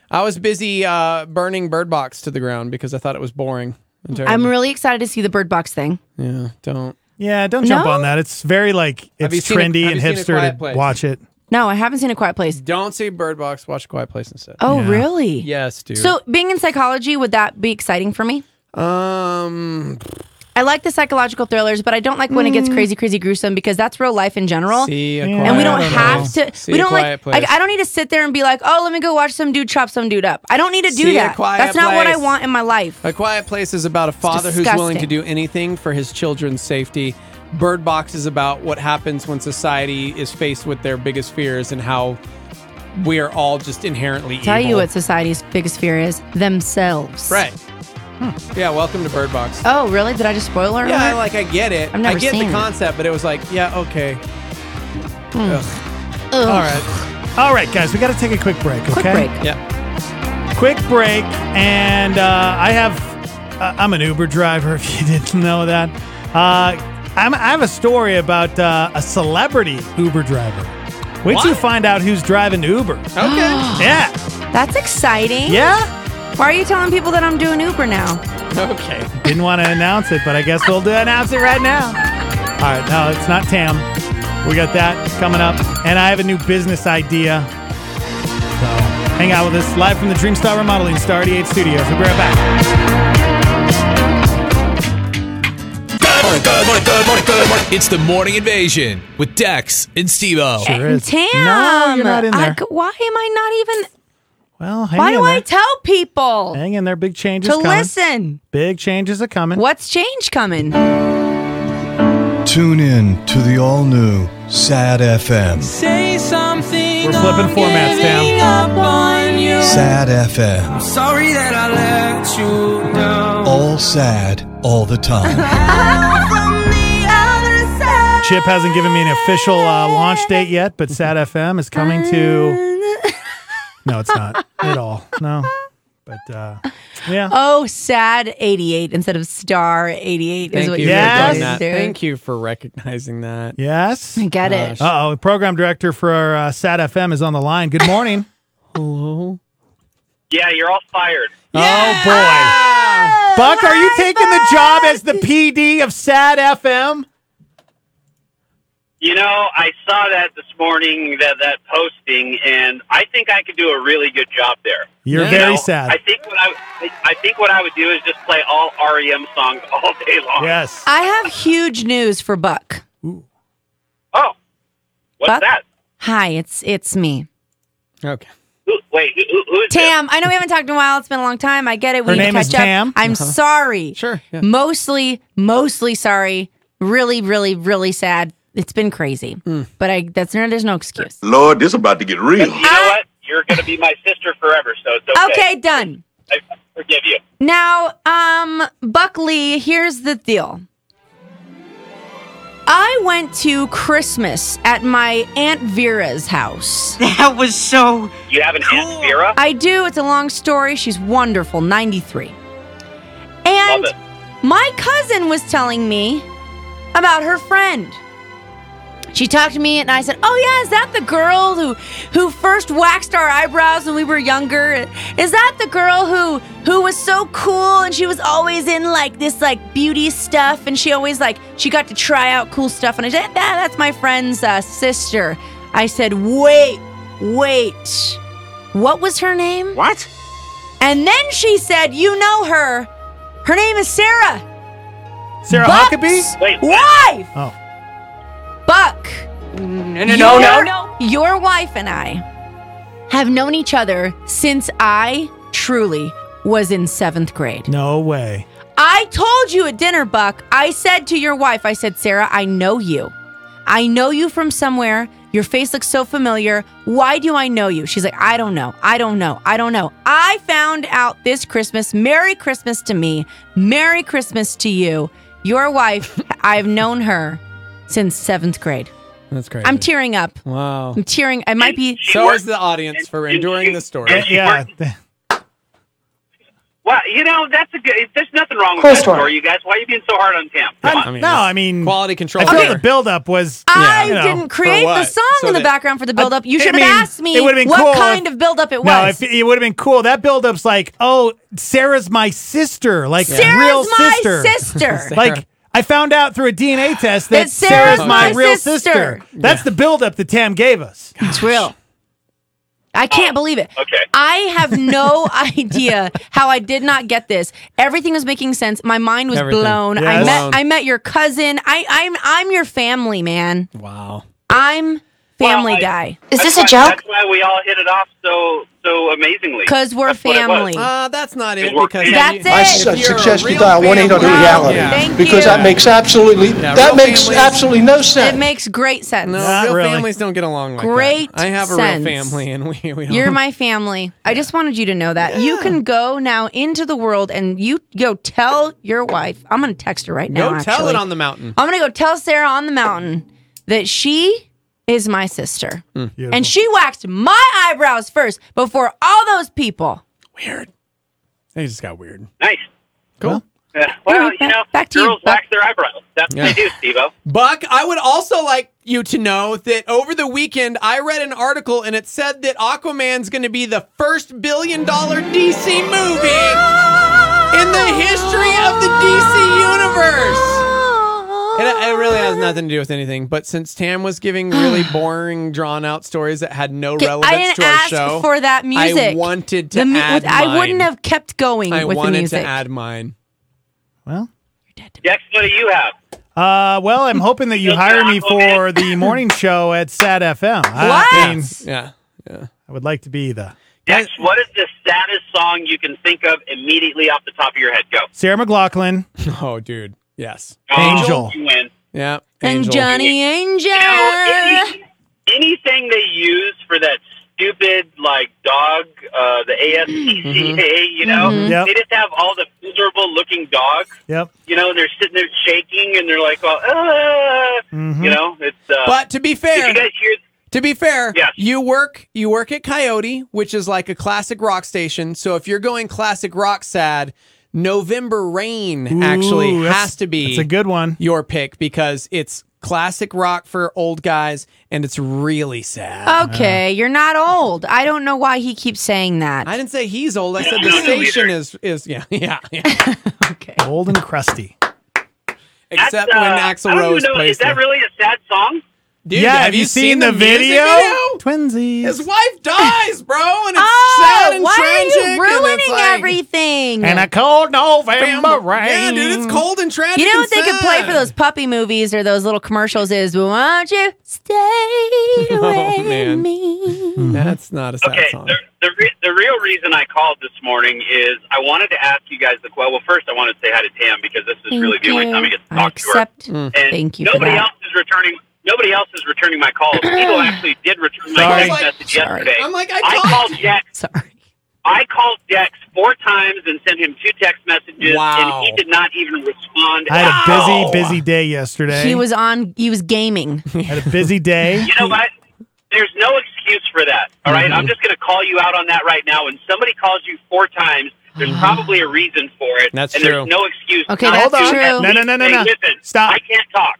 Speaker 5: I was busy uh, burning Bird Box to the ground because I thought it was boring. and terrible.
Speaker 4: I'm really excited to see the bird box thing.
Speaker 5: yeah, don't.
Speaker 2: Yeah, don't jump
Speaker 4: No?
Speaker 2: on that. It's very like
Speaker 5: you
Speaker 2: it's
Speaker 5: seen a-
Speaker 2: trendy
Speaker 5: have
Speaker 2: and
Speaker 5: you seen
Speaker 2: hipster
Speaker 5: a Quiet
Speaker 2: to
Speaker 5: Place?
Speaker 2: watch it.
Speaker 4: No, I haven't seen a quiet place.
Speaker 5: Don't see Bird Box. Watch Quiet Place instead.
Speaker 4: Oh, really?
Speaker 5: Yes, dude.
Speaker 4: So, being in psychology, would that be exciting for me?
Speaker 5: um,
Speaker 4: I like the psychological thrillers, but I don't like when it gets crazy, crazy gruesome because that's real life in general.
Speaker 5: see, a
Speaker 2: And
Speaker 5: quiet
Speaker 4: and we don't
Speaker 5: Place.
Speaker 4: have to.
Speaker 5: See
Speaker 4: we
Speaker 5: A
Speaker 4: don't
Speaker 5: Quiet
Speaker 4: like,
Speaker 5: Place.
Speaker 4: like. I don't need to sit there and be like, "Oh, let me go watch some dude chop some dude up." I don't need to do
Speaker 5: See A
Speaker 4: that.
Speaker 5: Quiet
Speaker 4: That's not what I
Speaker 5: Place.
Speaker 4: want in my life.
Speaker 5: A Quiet Place is about a father who's
Speaker 4: disgusting.
Speaker 5: willing to do anything for his children's safety. Bird Box is about what happens when society is faced with their biggest fears and how we are all just inherently
Speaker 4: Tell
Speaker 5: evil.
Speaker 4: you what society's biggest fear is themselves.
Speaker 5: right. Yeah, welcome to Bird Box.
Speaker 4: Oh, really? Did I just spoil her?
Speaker 5: yeah, I, like I get it.
Speaker 4: I've never
Speaker 5: I get
Speaker 4: seen
Speaker 5: the
Speaker 4: it. Hmm.
Speaker 5: concept, but it was like, yeah, okay. Ugh.
Speaker 2: All right, all right, guys, we got to take a quick break. Okay,
Speaker 4: Quick break.
Speaker 5: Yeah.
Speaker 2: quick break, and uh, I have uh, I'm an Uber driver. If you didn't know that, uh, I'm, I have a story about uh, a celebrity Uber driver. Wait till you find out who's driving Uber.
Speaker 5: Uh-huh. Okay.
Speaker 2: Yeah,
Speaker 4: That's exciting.
Speaker 2: yeah.
Speaker 4: Why are you telling people that I'm doing Uber now?
Speaker 5: okay.
Speaker 2: Didn't want to announce it, but I guess we'll do announce it right now. All right, no, it's not Tam. We got that coming up, and I have a new business idea. So hang out with us live from the Dreamstar Remodeling Star 88 Studios. We'll be right back.
Speaker 1: It's the morning invasion with Dex and Stevo.
Speaker 2: Sure
Speaker 4: And
Speaker 2: is.
Speaker 4: Tam.
Speaker 2: No, you're not in
Speaker 4: I
Speaker 2: there.
Speaker 4: c- why am I not even?
Speaker 2: Well, hang
Speaker 4: Why
Speaker 2: in
Speaker 4: do
Speaker 2: there.
Speaker 4: I tell people
Speaker 2: hang in there. Big changes
Speaker 4: to
Speaker 2: coming.
Speaker 4: listen?
Speaker 2: Big changes are coming.
Speaker 4: What's change coming?
Speaker 3: Tune in to the all new Sad FM.
Speaker 2: We're flipping formats, Tam.
Speaker 3: Sad FM.
Speaker 6: Sorry that I let you down.
Speaker 3: All sad, all the time.
Speaker 2: Chip hasn't given me an official uh, launch date yet, but Sad FM is coming to. No, it's not at all. No, but uh, yeah.
Speaker 4: Oh, sad 88 instead of star 88 is
Speaker 5: Thank
Speaker 4: what
Speaker 5: you
Speaker 4: you're
Speaker 2: Yes.
Speaker 5: for doing
Speaker 4: doing.
Speaker 5: that. Thank you for recognizing that.
Speaker 2: Yes.
Speaker 4: I get it.
Speaker 2: Uh oh, program director for uh, Sad FM is on the line. Good morning.
Speaker 9: Yeah, you're all fired.
Speaker 2: Oh boy, Buck, are you taking the job as the PD of Sad FM?
Speaker 9: You know, I saw that this morning, that that posting, and I think I could do a really good job there.
Speaker 2: You're
Speaker 5: Yeah.
Speaker 9: You
Speaker 2: very
Speaker 9: know,
Speaker 2: sad.
Speaker 9: I think what I, I think what I would do is just play all REM songs all day long.
Speaker 2: yes.
Speaker 4: I have huge news for Buck.
Speaker 9: Oh, what's
Speaker 4: Buck?
Speaker 9: that?
Speaker 4: Hi, it's it's me.
Speaker 5: Okay.
Speaker 9: Who, wait, who, who, who is this?
Speaker 4: Tam, I know we haven't talked in a while. It's been a long time. I get it. We
Speaker 2: Her
Speaker 4: need
Speaker 2: name
Speaker 4: to
Speaker 2: is
Speaker 4: catch up.
Speaker 2: Tam?
Speaker 4: I'm sorry.
Speaker 5: Uh-huh. Sure, yeah.
Speaker 4: Mostly, mostly sorry. Really, really, really sad. It's been crazy.
Speaker 5: Mm.
Speaker 4: But I that's no there's no excuse.
Speaker 10: Lord, this about to get real.
Speaker 9: You know what? You're going to be my sister forever, so it's okay.
Speaker 4: Okay, done.
Speaker 9: I forgive you.
Speaker 4: Now, um, Buckley, here's the deal. I went to Christmas at my Aunt Vera's house.
Speaker 6: That was so.
Speaker 9: You have an Aunt Vera?
Speaker 4: I do. It's a long story. She's wonderful, 93.
Speaker 9: Love
Speaker 4: And
Speaker 9: it.
Speaker 4: my cousin was telling me about her friend. She talked to me and I said, "Oh yeah, is that the girl who who first waxed our eyebrows when we were younger? Is that the girl who who was so cool and she was always in like this like beauty stuff and she always like she got to try out cool stuff?" And I said, "Yeah, that's my friend's uh, sister." I said, "Wait, wait. What was her name?"
Speaker 6: What?
Speaker 4: And then she said, "You know her. Her name is Sarah."
Speaker 2: Sarah
Speaker 4: Buck's
Speaker 2: Huckabee.
Speaker 9: Wait,
Speaker 4: wife.
Speaker 2: Oh.
Speaker 4: Buck.
Speaker 6: No, no,
Speaker 4: your,
Speaker 6: no, no,
Speaker 4: Your wife and I have known each other since I truly was in seventh grade.
Speaker 2: No way.
Speaker 4: I told you at dinner, Buck, I said to your wife, I said, Sarah, I know you. I know you from somewhere. Your face looks so familiar. Why do I know you? She's like, I don't know. I don't know. I don't know. I found out this Christmas. Merry Christmas to me. Merry Christmas to you. Your wife, I've known her since seventh grade.
Speaker 5: That's crazy.
Speaker 4: I'm tearing up.
Speaker 5: wow.
Speaker 4: I'm tearing. I might be.
Speaker 5: So is the audience for enduring the story.
Speaker 2: Yeah.
Speaker 9: Well, you know that's a good. There's nothing wrong with
Speaker 6: Cool
Speaker 9: that
Speaker 6: story.
Speaker 9: story, you guys. Why are you being so hard on Tam? Come on.
Speaker 5: mean,
Speaker 2: no,
Speaker 5: it's
Speaker 2: I mean
Speaker 5: quality control.
Speaker 2: I feel
Speaker 5: Okay.
Speaker 2: the buildup was.
Speaker 4: I
Speaker 2: you know,
Speaker 4: didn't create the
Speaker 5: what?
Speaker 4: song
Speaker 5: So
Speaker 4: in the
Speaker 5: that-
Speaker 4: background for the buildup. You
Speaker 2: I
Speaker 4: should have
Speaker 2: mean,
Speaker 4: asked me
Speaker 2: it would've been
Speaker 4: what
Speaker 2: cool
Speaker 4: kind
Speaker 2: if-
Speaker 4: of buildup it
Speaker 2: No,
Speaker 4: was.
Speaker 2: if, it would have been cool. That buildup's like, oh, Sarah's my sister, like
Speaker 4: Sarah's
Speaker 2: real
Speaker 4: my
Speaker 2: sister.
Speaker 4: sister.
Speaker 2: Like I found out through a DNA test that,
Speaker 4: That Sarah's
Speaker 2: my,
Speaker 4: my
Speaker 2: real sister.
Speaker 4: sister.
Speaker 2: That's the buildup that Tam gave us.
Speaker 4: It's real. I can't believe it.
Speaker 9: Oh, okay.
Speaker 4: I have no idea how I did not get this. Everything was making sense. My mind was
Speaker 5: Everything.
Speaker 4: blown.
Speaker 2: Yes.
Speaker 4: I met
Speaker 5: Blown.
Speaker 4: I met your cousin. I I'm I'm your family, man.
Speaker 5: Wow.
Speaker 4: I'm family
Speaker 9: Well, I-
Speaker 4: guy.
Speaker 10: Is this a
Speaker 9: That's why-
Speaker 10: joke?
Speaker 9: That's why we all hit it off so so amazingly.
Speaker 4: Cuz we're
Speaker 9: That's what it was.
Speaker 4: family.
Speaker 5: Uh, that's not it
Speaker 9: It worked.
Speaker 5: because
Speaker 4: That's
Speaker 5: if
Speaker 4: it.
Speaker 5: you-
Speaker 4: I
Speaker 5: if
Speaker 4: su-
Speaker 5: you're a
Speaker 8: suggest you
Speaker 5: real
Speaker 8: dial
Speaker 5: family-
Speaker 8: 1-800-REALITY,
Speaker 5: Yeah.
Speaker 4: Thank
Speaker 8: Because
Speaker 4: you.
Speaker 8: that makes absolutely
Speaker 5: Yeah,
Speaker 8: that
Speaker 5: real
Speaker 8: makes
Speaker 5: families-
Speaker 8: absolutely no sense.
Speaker 4: it makes great sense.
Speaker 5: No,
Speaker 2: Not
Speaker 5: real
Speaker 2: really.
Speaker 5: families don't get along like
Speaker 4: Great
Speaker 5: that. I have a
Speaker 4: sense.
Speaker 5: real family, and we, we don't.
Speaker 4: You're my family. I just wanted you to know that. You can go now into the world and you go tell your wife. I'm going to text her right now.
Speaker 5: Go tell it
Speaker 4: actually.
Speaker 5: on the mountain.
Speaker 4: I'm going to go tell Sarah on the mountain that she is my sister.
Speaker 5: Hmm.
Speaker 4: And she waxed my eyebrows first before all those people.
Speaker 5: Weird. They just got weird.
Speaker 9: Nice.
Speaker 5: Cool.
Speaker 9: Yeah. Well,
Speaker 4: Anyway,
Speaker 9: you
Speaker 4: back-
Speaker 9: know,
Speaker 4: back to you,
Speaker 9: girls
Speaker 4: Buck.
Speaker 9: wax their eyebrows. That's
Speaker 5: Yeah.
Speaker 9: what they do, Steve-O.
Speaker 5: Buck, I would also like you to know that over the weekend I read an article and it said that Aquaman's going to be the first billion dollar DC movie in the history of the DC universe. And it, it really has nothing to do with anything, but since Tam was giving really boring, drawn out stories that had no
Speaker 4: Okay,
Speaker 5: relevance
Speaker 4: I didn't
Speaker 5: to our
Speaker 4: ask
Speaker 5: show,
Speaker 4: for that music.
Speaker 5: I wanted to
Speaker 4: The mu-
Speaker 5: add
Speaker 4: with- I
Speaker 5: mine.
Speaker 4: wouldn't have kept going
Speaker 5: I
Speaker 4: with the
Speaker 5: wanted
Speaker 4: music.
Speaker 5: to add mine.
Speaker 2: Well,
Speaker 9: Dex, what do you have?
Speaker 2: uh, well, I'm hoping that you hire me for the morning show at Sad FM. I, mean,
Speaker 4: What?
Speaker 5: Yeah.
Speaker 2: I would like to be the
Speaker 9: Dex, what is the saddest song you can think of immediately off the top of your head? Go.
Speaker 2: Sarah McLaughlin.
Speaker 5: Oh, dude. Yes.
Speaker 2: Angel.
Speaker 9: You win.
Speaker 5: Yeah.
Speaker 4: And
Speaker 5: Angel.
Speaker 4: Johnny Angel.
Speaker 9: You know, any, anything they use for that stupid like dog, uh, the ASPCA,
Speaker 5: Mm-hmm.
Speaker 9: you know,
Speaker 2: Yep.
Speaker 9: they just have all the miserable looking dogs.
Speaker 2: Yep.
Speaker 9: You know, and they're sitting there shaking, and they're like, "Well, uh, you know, it's." Uh,
Speaker 5: But to be
Speaker 9: did
Speaker 5: fair,
Speaker 9: you guys hear?
Speaker 5: To be fair,
Speaker 9: Yes.
Speaker 5: you work you work at Coyote, which is like a classic rock station. So if you're going classic rock sad, November Rain actually
Speaker 2: Ooh, that's-
Speaker 5: has to be
Speaker 2: It's a good one.
Speaker 5: your pick because it's classic rock for old guys and it's really sad.
Speaker 4: Okay, you're not old. I don't know why he keeps saying that.
Speaker 5: I didn't say he's old. I said the station is is yeah yeah. yeah.
Speaker 2: Old and crusty.
Speaker 9: That's,
Speaker 5: Except
Speaker 9: uh,
Speaker 5: when Axl
Speaker 9: I don't even
Speaker 5: Rose
Speaker 9: know,
Speaker 5: plays
Speaker 9: Is that
Speaker 5: there.
Speaker 9: really a sad song?
Speaker 5: Dude,
Speaker 2: yeah, have, you seen, the,
Speaker 5: music
Speaker 2: video? Twinsies.
Speaker 5: His wife dies, bro, and it's
Speaker 4: oh,
Speaker 5: sad and
Speaker 4: why
Speaker 5: tragic.
Speaker 4: are you
Speaker 5: and it's
Speaker 4: ruining
Speaker 5: like,
Speaker 4: everything?
Speaker 2: and a cold November rain.
Speaker 5: Yeah, dude, it's cold and tragic.
Speaker 4: You
Speaker 5: and
Speaker 4: know what they could play for
Speaker 5: sad.
Speaker 4: those puppy movies or those little commercials is won't you stay away
Speaker 5: Oh, man. Hmm.
Speaker 4: me?
Speaker 5: That's not a sad
Speaker 9: Okay,
Speaker 5: song.
Speaker 9: the, the, re- the real reason I called this morning is I wanted to ask you guys the well. Well, first I wanted to say hi to Tam because this is really the only time I get to
Speaker 4: I
Speaker 9: talk to her.
Speaker 4: accept.
Speaker 5: Hmm.
Speaker 9: And
Speaker 4: Thank you for
Speaker 9: Nobody
Speaker 4: that.
Speaker 9: else is returning. Nobody else is returning my calls. People actually did return my
Speaker 5: Sorry.
Speaker 9: text message
Speaker 4: Sorry.
Speaker 9: yesterday.
Speaker 5: I'm like, I
Speaker 9: I
Speaker 5: called.
Speaker 9: called Dex.
Speaker 4: Sorry.
Speaker 9: I called Dex four times and sent him two text messages,
Speaker 5: Wow.
Speaker 9: and he did not even respond.
Speaker 2: I had
Speaker 9: at
Speaker 2: a
Speaker 9: all.
Speaker 2: busy, busy day yesterday.
Speaker 4: He was on. He was gaming.
Speaker 2: had a busy day.
Speaker 9: You know what? There's no excuse for that. All right? I'm just going to call you out on that right now. When somebody calls you four times, there's probably a reason for it.
Speaker 5: That's
Speaker 9: and
Speaker 5: true.
Speaker 9: There's no excuse.
Speaker 4: Okay,
Speaker 9: not
Speaker 4: that's
Speaker 9: to
Speaker 4: true.
Speaker 9: at
Speaker 4: No,
Speaker 2: no, no, no,
Speaker 9: least say,
Speaker 2: no.
Speaker 9: "Listen,
Speaker 2: Stop.
Speaker 9: I can't talk.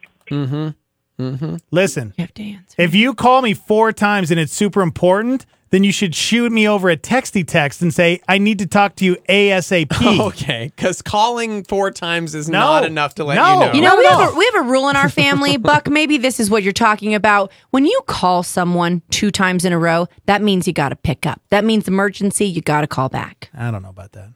Speaker 2: Listen,
Speaker 4: You have to answer.
Speaker 2: if you call me four times and it's super important, then you should shoot me over a texty text and say, I need to talk to you ASAP.
Speaker 5: Okay, because calling four times is
Speaker 2: No.
Speaker 5: not enough to let
Speaker 2: No.
Speaker 5: you know.
Speaker 4: You know,
Speaker 2: Well,
Speaker 4: we have,
Speaker 2: no.
Speaker 4: a, we have a rule in our family, Buck. Maybe this is what you're talking about. When you call someone two times in a row, that means you got to pick up. That means emergency. You got to call back.
Speaker 2: I don't know about that.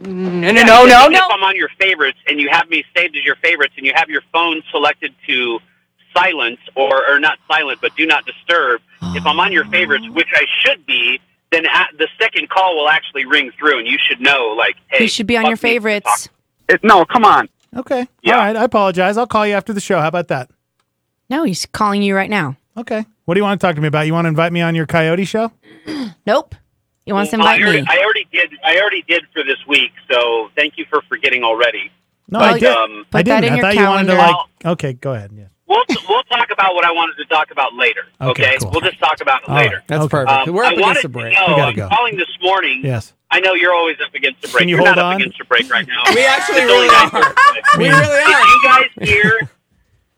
Speaker 6: No, no, no, no,
Speaker 9: If
Speaker 6: no.
Speaker 9: I'm on your favorites and you have me saved as your favorites and you have your phone selected to silence or, or not silent, but do not disturb, if I'm on your favorites, which I should be, then at the second call will actually ring through and you should know, like, hey.
Speaker 4: You should be on your
Speaker 9: fuck me, talk
Speaker 4: favorites.
Speaker 9: It, no, come on.
Speaker 2: Okay.
Speaker 9: Yeah.
Speaker 2: All right. I apologize. I'll call you after the show. How about that?
Speaker 4: No, he's calling you right now.
Speaker 2: Okay. What do you want to talk to me about? You want to invite me on your coyote show?
Speaker 4: Nope. He wants to
Speaker 9: Well,
Speaker 4: invite
Speaker 9: I already,
Speaker 4: me.
Speaker 9: I already did. I already did for this week. So thank you for forgetting already.
Speaker 2: No,
Speaker 4: Well,
Speaker 2: I did.
Speaker 9: um,
Speaker 2: I
Speaker 4: put that
Speaker 2: didn't.
Speaker 4: in
Speaker 2: I
Speaker 4: your
Speaker 2: thought you wanted to like.
Speaker 4: calendar.
Speaker 2: Okay, go ahead. Yeah.
Speaker 9: We'll we'll talk about what I wanted to talk about later.
Speaker 2: Okay,
Speaker 9: Okay,
Speaker 2: cool.
Speaker 9: we'll just talk about it
Speaker 2: All
Speaker 9: later.
Speaker 2: right.
Speaker 5: That's
Speaker 2: Okay.
Speaker 5: perfect.
Speaker 9: Um,
Speaker 5: We're
Speaker 9: I
Speaker 5: up against
Speaker 9: wanted
Speaker 5: the break.
Speaker 9: to know.
Speaker 2: We gotta
Speaker 9: I'm
Speaker 2: go.
Speaker 9: calling this morning
Speaker 2: Yes.
Speaker 9: I know you're always up against the break.
Speaker 2: Can you
Speaker 9: are
Speaker 2: hold
Speaker 9: not
Speaker 2: on?
Speaker 9: up against the break right now.
Speaker 5: We actually
Speaker 9: It's only
Speaker 5: really
Speaker 9: nine
Speaker 5: are.
Speaker 9: minutes.
Speaker 5: We really
Speaker 9: Did
Speaker 5: are.
Speaker 9: you guys hear?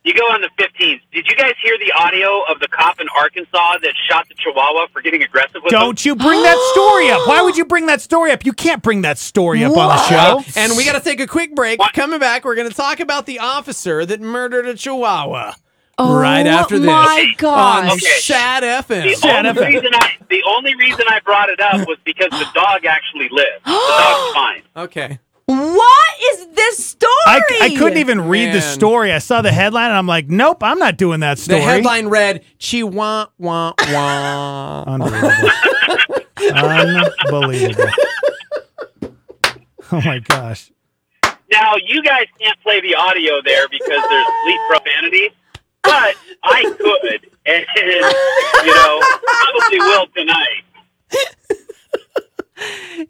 Speaker 9: You go on the 15th. Did you guys hear the audio of the cop in Arkansas that shot the Chihuahua for getting aggressive with him?
Speaker 2: Don't you bring that story up. Why would you bring that story up? You can't bring that story up on the show.
Speaker 5: And we got to take a quick break. Coming back, we're going to talk about the officer that murdered a chihuahua
Speaker 4: Oh,
Speaker 5: right after this.
Speaker 4: my
Speaker 9: oh,
Speaker 5: On
Speaker 4: gosh.
Speaker 5: Shad
Speaker 9: The
Speaker 5: FM.
Speaker 2: Shut
Speaker 9: only,
Speaker 2: up.
Speaker 9: reason I, the only reason I brought it up was because the dog actually lived. The dog's fine.
Speaker 5: Okay.
Speaker 4: What is this story?
Speaker 2: I, I couldn't even read the
Speaker 5: Man.
Speaker 2: story. I saw the headline and I'm like, nope, I'm not doing that
Speaker 5: The
Speaker 2: story.
Speaker 5: headline read, Chihuahua, Oh, wah, wah.
Speaker 2: Unbelievable. Unbelievable. Oh my gosh.
Speaker 9: Now you guys can't play the audio there because there's bleep profanity, but I could, and you know probably will tonight.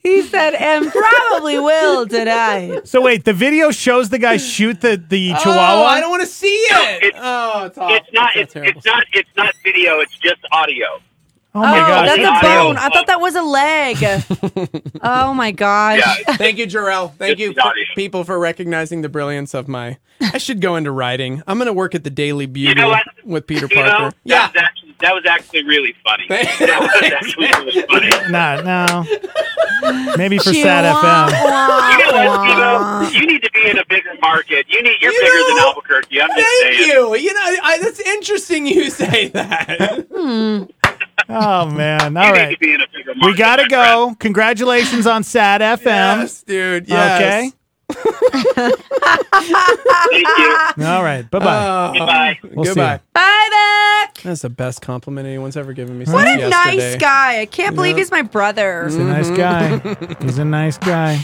Speaker 4: He said, and probably will tonight.
Speaker 2: So wait, the video shows the guy shoot the, the
Speaker 5: Oh,
Speaker 2: chihuahua.
Speaker 5: I don't want to see it.
Speaker 9: it's-
Speaker 5: oh, it's awful.
Speaker 9: It's not.
Speaker 5: so
Speaker 9: It's,
Speaker 5: terrible.
Speaker 9: it's not. It's not video. It's just audio.
Speaker 2: oh
Speaker 4: Oh,
Speaker 2: my gosh.
Speaker 4: that's a
Speaker 9: Audio.
Speaker 4: bone. I thought that was a leg. oh my gosh.
Speaker 9: Yeah.
Speaker 5: Thank you, Jarrell. Thank
Speaker 9: This
Speaker 5: you,
Speaker 9: is audio.
Speaker 5: people, for recognizing the brilliance of my. I should go into writing. I'm going to work at the Daily Bugle
Speaker 9: know what?
Speaker 5: with Peter
Speaker 9: You
Speaker 5: Parker.
Speaker 9: know, that, was actually, that was actually really funny.
Speaker 5: Thank-
Speaker 9: That was actually really funny. You
Speaker 2: Nah, no. Maybe for Sad FM.
Speaker 9: know what, Steve-O? You need to be in a bigger market. You need. You're
Speaker 5: You
Speaker 9: bigger than
Speaker 5: know-
Speaker 9: Albuquerque. I'm just
Speaker 5: Thank
Speaker 9: saying.
Speaker 5: you. You know, I, that's interesting. You say that.
Speaker 2: Oh man.
Speaker 9: You
Speaker 2: All
Speaker 9: need
Speaker 2: right.
Speaker 9: to be in a bigger market.
Speaker 2: We gotta
Speaker 9: my friend.
Speaker 2: go. Congratulations on Sad FM.
Speaker 5: yes, dude. Yes.
Speaker 2: Okay.
Speaker 9: Thank you.
Speaker 2: All right. Bye bye.
Speaker 5: Oh,
Speaker 9: Goodbye.
Speaker 2: We'll see
Speaker 5: goodbye.
Speaker 4: Bye, Beck.
Speaker 5: That's the best compliment anyone's ever given me.
Speaker 4: What a
Speaker 5: since yesterday.
Speaker 4: nice guy. I can't believe he's my brother.
Speaker 2: He's a nice guy. He's a nice guy.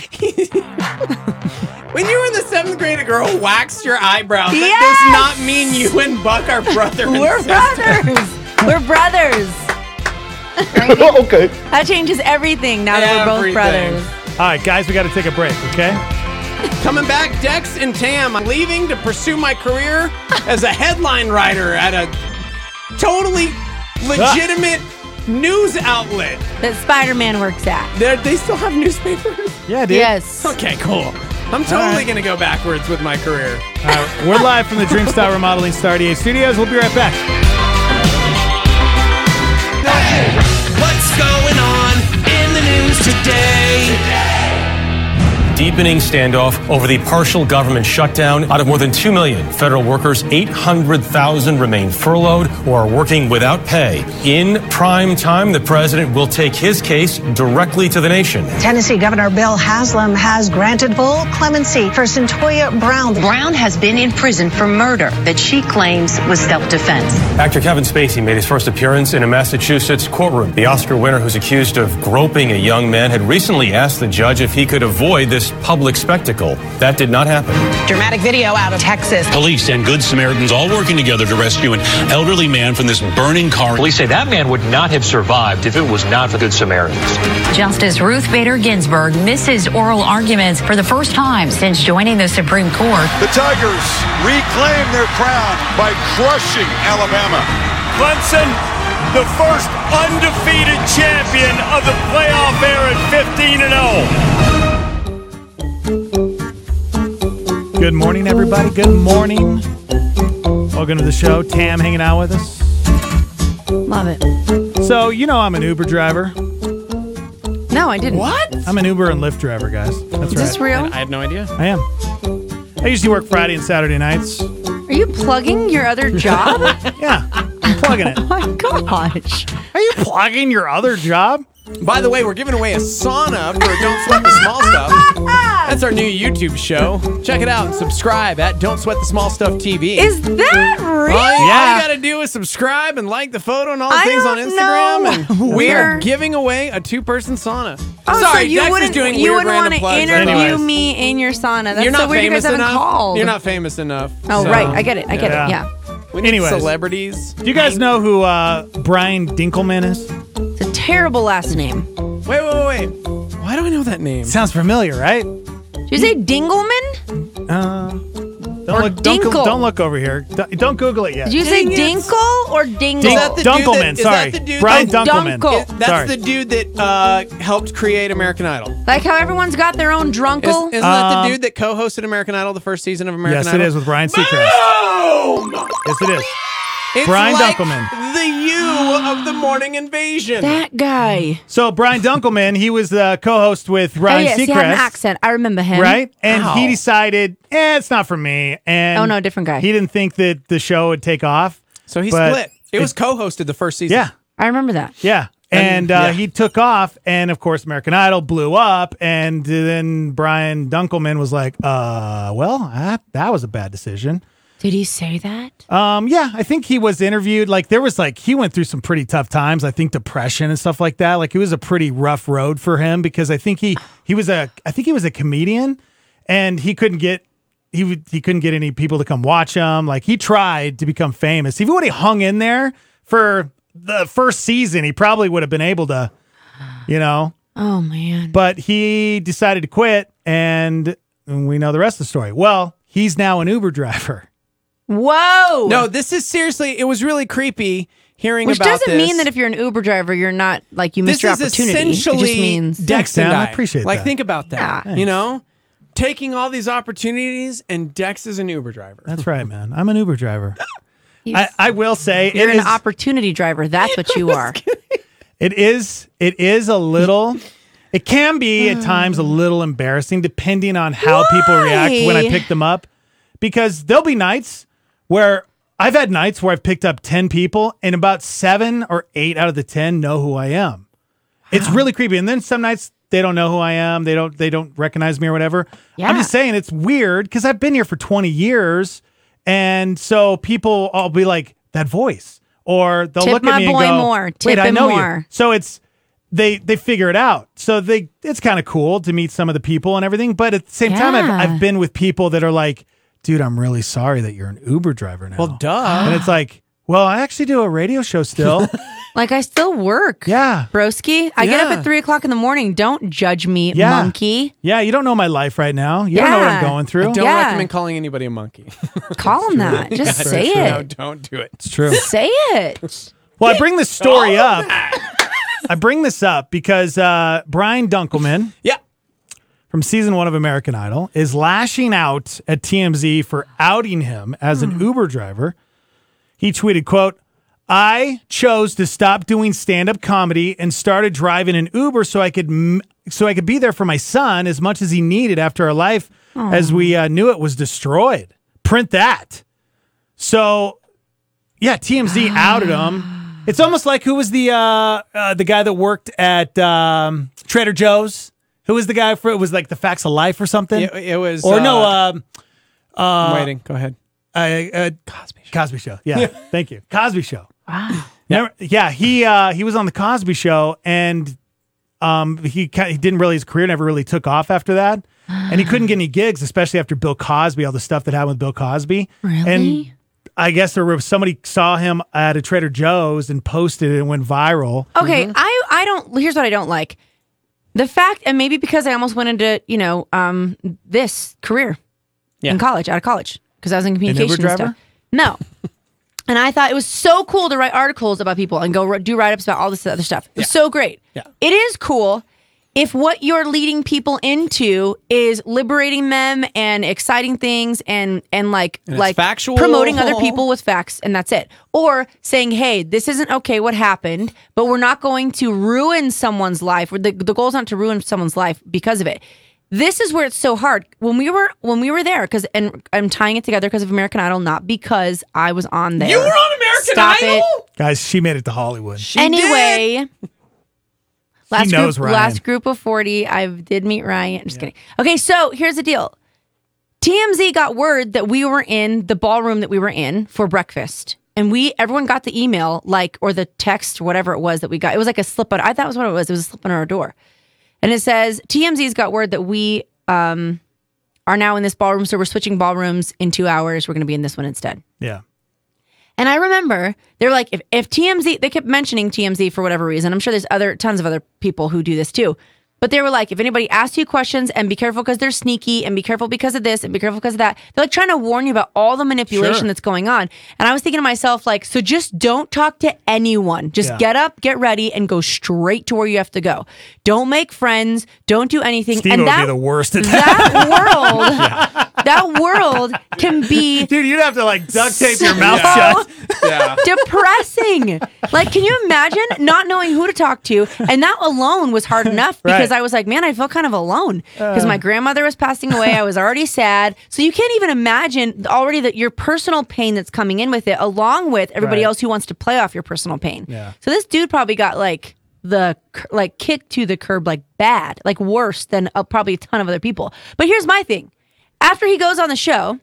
Speaker 5: When you were in the seventh grade, a girl waxed your eyebrows.
Speaker 4: Yes!
Speaker 5: That does not mean you and Buck are brother. and
Speaker 4: We're
Speaker 5: sister.
Speaker 4: brothers. We're brothers. okay. That changes everything now that we're both
Speaker 5: Everything.
Speaker 4: brothers.
Speaker 2: All right, guys, we got to take a break, okay?
Speaker 5: Coming back, Dex and Tam. I'm leaving to pursue my career as a headline writer at a totally
Speaker 4: Ah.
Speaker 5: legitimate news outlet.
Speaker 4: That Spider Man works at.
Speaker 5: They're, they still have newspapers.
Speaker 2: Yeah, dude.
Speaker 4: Yes.
Speaker 5: Okay, cool. I'm
Speaker 2: All
Speaker 5: totally
Speaker 2: right.
Speaker 5: gonna go backwards with my career.
Speaker 2: All right, we're live from the Dream Style Remodeling Star DA Studios. We'll be right back.
Speaker 5: What's going on in the news today?
Speaker 10: Deepening standoff over the partial government shutdown. Out of more than 2 million federal workers, 800,000 remain furloughed or are working without pay. In prime time, the president will take his case directly to the nation.
Speaker 11: Tennessee Governor Bill Haslam has granted full clemency for Centoya Brown. Brown has been in prison for murder that she claims was self defense.
Speaker 10: Actor Kevin Spacey made his first appearance in a Massachusetts courtroom. The Oscar winner, who's accused of groping a young man, had recently asked the judge if he could avoid this public spectacle. That did not happen.
Speaker 11: Dramatic video out of Texas.
Speaker 8: Police and Good Samaritans all working together to rescue an elderly man from this burning car.
Speaker 10: Police say that man would not have survived if it was not for Good Samaritans.
Speaker 11: Justice Ruth Bader Ginsburg misses oral arguments for the first time since joining the Supreme Court.
Speaker 3: The Tigers reclaim their crown by crushing Alabama.
Speaker 10: Clemson, the first undefeated champion of the playoff era at 15 and 0. oh.
Speaker 2: Good morning, everybody. Good morning. Welcome to the show. Tam hanging out with us.
Speaker 4: Love it.
Speaker 2: So, you know, I'm an Uber driver.
Speaker 4: No, I didn't.
Speaker 5: What?
Speaker 2: I'm an Uber and Lyft driver, guys. That's
Speaker 4: Is this
Speaker 2: right.
Speaker 4: real?
Speaker 5: I had no idea.
Speaker 2: I am. I usually work Friday and Saturday nights.
Speaker 4: Are you plugging your other job? Oh
Speaker 2: Yeah, I'm plugging it.
Speaker 4: my gosh.
Speaker 2: Are you plugging your other job?
Speaker 5: By the way, we're giving away a sauna for Don't Sweat the Small Stuff. That's our new YouTube show. Check it out and subscribe at Don't Sweat the Small Stuff TV.
Speaker 4: Is that real?
Speaker 5: all, you- all
Speaker 2: Yeah.
Speaker 5: you gotta do is subscribe and like the photo and all the
Speaker 4: I
Speaker 5: things on
Speaker 4: don't
Speaker 5: Instagram.
Speaker 4: know.
Speaker 5: And we are
Speaker 4: We're-
Speaker 5: giving away a two-person sauna.
Speaker 4: Oh,
Speaker 5: Sorry,
Speaker 4: so you
Speaker 5: Dex
Speaker 4: wouldn't,
Speaker 5: is doing
Speaker 4: you
Speaker 5: weird
Speaker 4: wouldn't
Speaker 5: random
Speaker 4: want to
Speaker 5: plugs.
Speaker 4: interview
Speaker 2: Anyways.
Speaker 4: me in your sauna. That's
Speaker 5: You're
Speaker 4: so
Speaker 5: not
Speaker 4: weird you guys
Speaker 5: famous
Speaker 4: haven't
Speaker 5: enough.
Speaker 4: called.
Speaker 5: You're not famous enough.
Speaker 4: Oh,
Speaker 5: so-
Speaker 4: right. I get it. I get
Speaker 2: Yeah.
Speaker 4: it. Yeah.
Speaker 5: We need
Speaker 2: Anyways.
Speaker 5: celebrities.
Speaker 2: Do you guys know who uh, Brian Dinkelman is?
Speaker 4: It's a terrible last name.
Speaker 5: Wait, wait, wait. Why do I know that name? Hmm.
Speaker 2: Sounds familiar, right?
Speaker 4: Did you say Dingleman?
Speaker 2: Uh, Don't
Speaker 4: Or
Speaker 2: look, don't, go-
Speaker 4: Dinkle.
Speaker 2: don't look over here. Don't, don't Google it yet.
Speaker 4: Did you say Dinkle or Dingle?
Speaker 2: Dink- Dunkelman, sorry. Brian Dunkelman.
Speaker 4: Dunkel.
Speaker 5: That's
Speaker 2: Oh, Sorry.
Speaker 5: the dude that uh, helped create American Idol.
Speaker 4: Like how everyone's got their own drunkle.
Speaker 5: Is, isn't that
Speaker 2: Um,
Speaker 5: the dude that co-hosted American Idol the first season of American
Speaker 2: yes,
Speaker 5: Idol?
Speaker 2: it is with Brian Seacrest.
Speaker 5: Boom!
Speaker 2: Yes, it is.
Speaker 5: It's
Speaker 2: Brian
Speaker 5: like
Speaker 2: Dunkelman.
Speaker 5: The you of the morning invasion.
Speaker 4: That guy.
Speaker 2: So Brian Dunkelman, he was the co-host with Ryan
Speaker 4: oh, yes,
Speaker 2: Seacrest,
Speaker 4: he had an accent. I remember him.
Speaker 2: right? And he
Speaker 4: Ow.
Speaker 2: decided, eh, it's not for me. And
Speaker 4: Oh, no, different guy.
Speaker 2: He didn't think that the show would take off.
Speaker 5: So he
Speaker 2: but
Speaker 5: split. It, was co-hosted the first season.
Speaker 2: Yeah,
Speaker 4: I remember that.
Speaker 2: yeah. And,
Speaker 5: And-
Speaker 2: uh,
Speaker 5: yeah.
Speaker 2: he took off, and of course, American Idol blew up. And then Brian Dunkelman was like, "Uh, well, that, that was a bad decision."
Speaker 4: Did he say that?
Speaker 5: Uh,
Speaker 2: Um, yeah, I think he was interviewed. Like there was like he went through some pretty tough times. I think depression and stuff like that. Like it was a pretty rough road for him because I think he he was a I think he was a comedian, and he couldn't get he would he couldn't get any people to come watch him. Like he tried to become famous. If he would have hung in there for the first season, he probably would have been able to, you know.
Speaker 4: Oh man.
Speaker 2: But he decided to quit, and we know the rest of the story. Well, he's now an Uber driver.
Speaker 4: Whoa.
Speaker 5: No, this is seriously. It was really creepy hearing
Speaker 4: Which
Speaker 5: about
Speaker 4: doesn't
Speaker 5: this.
Speaker 4: mean that if you're an Uber driver, you're not like you missed
Speaker 5: this
Speaker 4: your
Speaker 5: is
Speaker 4: opportunity. It just
Speaker 5: essentially
Speaker 4: means
Speaker 5: Dex
Speaker 2: Thanks,
Speaker 5: and
Speaker 2: Dan. I
Speaker 5: I.
Speaker 2: appreciate
Speaker 5: like
Speaker 2: that.
Speaker 5: think about that.
Speaker 4: Yeah.
Speaker 5: You know, taking all these opportunities, and Dex is an Uber driver.
Speaker 2: That's right, man. I'm an Uber driver.
Speaker 4: You-
Speaker 2: I, I will say it
Speaker 4: you're an
Speaker 2: is,
Speaker 4: opportunity driver. That's what you are.
Speaker 2: it is it is a little it can be
Speaker 4: Hmm.
Speaker 2: at times a little embarrassing depending on how people react when I
Speaker 4: Why?
Speaker 2: pick them up because there'll be nights where I've had nights where I've picked up 10 people and about 7 or 8 out of the 10 know who I am. It's really creepy and then some nights they don't know who I am. They don't they don't recognize me or whatever.
Speaker 4: Yeah.
Speaker 2: I'm just saying it's weird cuz I've been here for 20 years and so people all be like that voice or they'll
Speaker 4: Tip
Speaker 2: look at
Speaker 4: my
Speaker 2: me and
Speaker 4: boy
Speaker 2: go,
Speaker 4: more.
Speaker 2: "Wait,
Speaker 4: Tip
Speaker 2: I
Speaker 4: him
Speaker 2: know you."
Speaker 4: more.
Speaker 2: So it's they they figure it out. So they it's kind of cool to meet some of the people and everything. But at the same time, I've,
Speaker 4: Yeah.
Speaker 2: I've been with people that are like, dude, I'm really sorry that you're an Uber driver now.
Speaker 5: Well, duh.
Speaker 2: And it's like, well, I actually do a radio show still.
Speaker 4: Like I still work.
Speaker 2: yeah,
Speaker 4: Broski, I get up
Speaker 5: Yeah.
Speaker 4: at three o'clock in the morning. Don't judge me,
Speaker 2: Yeah.
Speaker 4: monkey.
Speaker 2: yeah. You don't know my life right now. You don't know what I'm
Speaker 4: Yeah.
Speaker 2: going through.
Speaker 5: Don't
Speaker 4: Yeah.
Speaker 5: recommend calling anybody a monkey.
Speaker 4: Call him that. Just
Speaker 2: That's
Speaker 4: say
Speaker 2: true.
Speaker 5: no,
Speaker 4: it.
Speaker 5: don't do it.
Speaker 2: It's true.
Speaker 4: Say it.
Speaker 2: Well, I bring this story up. I bring this up because uh, Brian Dunkelman.
Speaker 5: Yeah.
Speaker 2: from season one of American Idol is lashing out at TMZ for outing him as an Uber driver. He tweeted, quote, I chose to stop doing stand-up comedy and started driving an Uber so I could m- so I could be there for my son as much as he needed after our life as we uh, knew it was destroyed. Print that. So, yeah, TMZ outed him. It's almost like who was the uh, uh, the guy that worked at um, Trader Joe's? Who was the guy for it was like the Facts of Life or something?
Speaker 5: It, it was.
Speaker 2: or
Speaker 5: uh,
Speaker 2: no, um,
Speaker 5: I'm waiting. Go ahead.
Speaker 2: I, uh, Cosby Show. Cosby Show. Yeah, thank you. Cosby Show. Wow. yeah, he uh, he was on the Cosby Show, and um, he ki- he didn't really his career never really took off after that, and he couldn't get any gigs, especially after Bill Cosby, all the stuff that happened with Bill Cosby.
Speaker 4: Really?
Speaker 2: And I guess there was somebody saw him at a Trader Joe's and posted it and went viral.
Speaker 4: Okay,
Speaker 5: Mm-hmm.
Speaker 4: I I don't. Here's what I don't like: the fact, and maybe because I almost went into you know um this career in college, out of college, because I was in communication and
Speaker 2: driver?
Speaker 4: stuff. No, and I thought it was so cool to write articles about people and go ri- do write ups about all this other stuff. It was so great.
Speaker 5: Yeah.
Speaker 4: it is cool. If what you're leading people into is liberating them and exciting things and and like
Speaker 5: And it's
Speaker 4: like
Speaker 5: factual.
Speaker 4: promoting other people with facts and that's it. Or saying, hey, this isn't okay what happened, but we're not going to ruin someone's life. The, the goal is not to ruin someone's life because of it. This is where it's so hard. When we were when we were there, because and I'm tying it together because of American Idol, not because I was on there.
Speaker 5: You were on American
Speaker 4: Stop
Speaker 5: Idol.
Speaker 4: It.
Speaker 2: Guys, she made it to Hollywood.
Speaker 5: She did.
Speaker 4: anyway. Last
Speaker 2: knows
Speaker 4: group,
Speaker 2: Ryan.
Speaker 4: last group of forty. I did meet Ryan. Just kidding. Okay, so here's the deal. TMZ got word that we were in the ballroom that we were in for breakfast. And we, everyone got the email, like, or the text, whatever it was that we got. It was like a slip on, I thought it was what it was. It was a slip on our door. And it says, TMZ's got word that we um, are now in this ballroom. So we're switching ballrooms in two hours. We're going to be in this one instead.
Speaker 2: yeah.
Speaker 4: And I remember they're like, if, if TMZ, they kept mentioning TMZ for whatever reason. I'm sure there's other tons of other people who do this too. But they were like, if anybody asks you questions and be careful because they're sneaky and be careful because of this and be careful because of that. They're like trying to warn you about all the manipulation
Speaker 12: Sure.
Speaker 4: that's going on. And I was thinking to myself, like, so just don't talk to anyone. Just
Speaker 12: Yeah.
Speaker 4: get up, get ready, and go straight to where you have to go. Don't make friends. Don't do anything.
Speaker 2: Steve
Speaker 4: and
Speaker 2: would
Speaker 4: that
Speaker 2: be the worst at
Speaker 4: that world, that world can be.
Speaker 2: Dude, you'd have to like duct tape your mouth
Speaker 4: so
Speaker 2: shut.
Speaker 4: Depressing. Like, can you imagine not knowing who to talk to? And that alone was hard enough because
Speaker 12: Right. Uh.
Speaker 4: I was like, man, I felt kind of alone because my grandmother was passing away. I was already sad. So you can't even imagine already that your personal pain that's coming in with it, along with everybody
Speaker 12: Right.
Speaker 4: else who wants to play off your personal pain.
Speaker 12: Yeah.
Speaker 4: So this dude probably got like the cur- like kicked to the curb like bad, like worse than uh, probably a ton of other people. But here's my thing: after he goes on the show,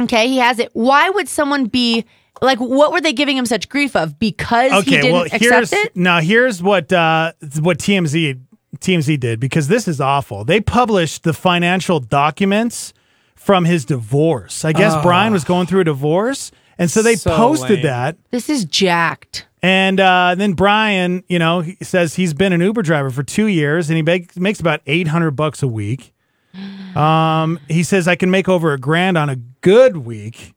Speaker 4: okay, he has it. Why would someone be like? What were they giving him such grief of? Because he
Speaker 2: Okay,
Speaker 4: didn't
Speaker 2: well
Speaker 4: accept
Speaker 2: here's
Speaker 4: it.
Speaker 2: now here's what uh what TMZ TMZ did because this is awful. They published the financial documents from his divorce. I guess
Speaker 4: Oh.
Speaker 2: Brian was going through a divorce and so they
Speaker 4: So
Speaker 2: posted
Speaker 4: lame.
Speaker 2: that.
Speaker 4: This is jacked.
Speaker 2: And uh, then Brian, you know, he says he's been an Uber driver for two years and he make, makes about 800 bucks a week. Um, he says, I can make over a grand on a good week.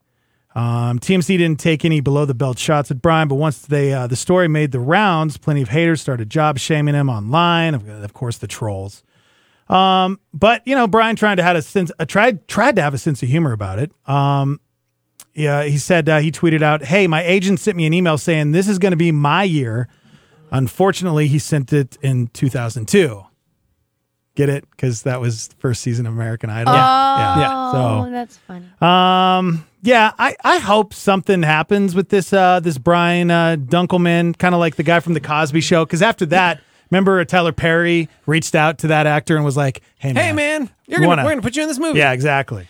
Speaker 2: Um, TMC didn't take any below the belt shots at Brian, but once they uh, the story made the rounds, plenty of haters started job shaming him online. Of, of course, the trolls. Um, but you know, Brian tried to had a sense, uh, tried tried to have a sense of humor about it. Um, yeah, he said uh, he tweeted out, "Hey, my agent sent me an email saying this is going to be my year." Unfortunately, he sent it in 2002. Get it? Because that was first season of American Idol.
Speaker 4: Oh,
Speaker 2: So
Speaker 4: that's funny.
Speaker 2: um, yeah, I, I hope something happens with this uh this Brian uh, Dunkelman, kind of like the guy from the Cosby Show. Because after that, remember Tyler Perry reached out to that actor and was like, "Hey man,
Speaker 5: Hey, man, you're
Speaker 2: you
Speaker 5: gonna,
Speaker 2: wanna-
Speaker 5: we're going to put you in this movie.
Speaker 2: yeah, exactly."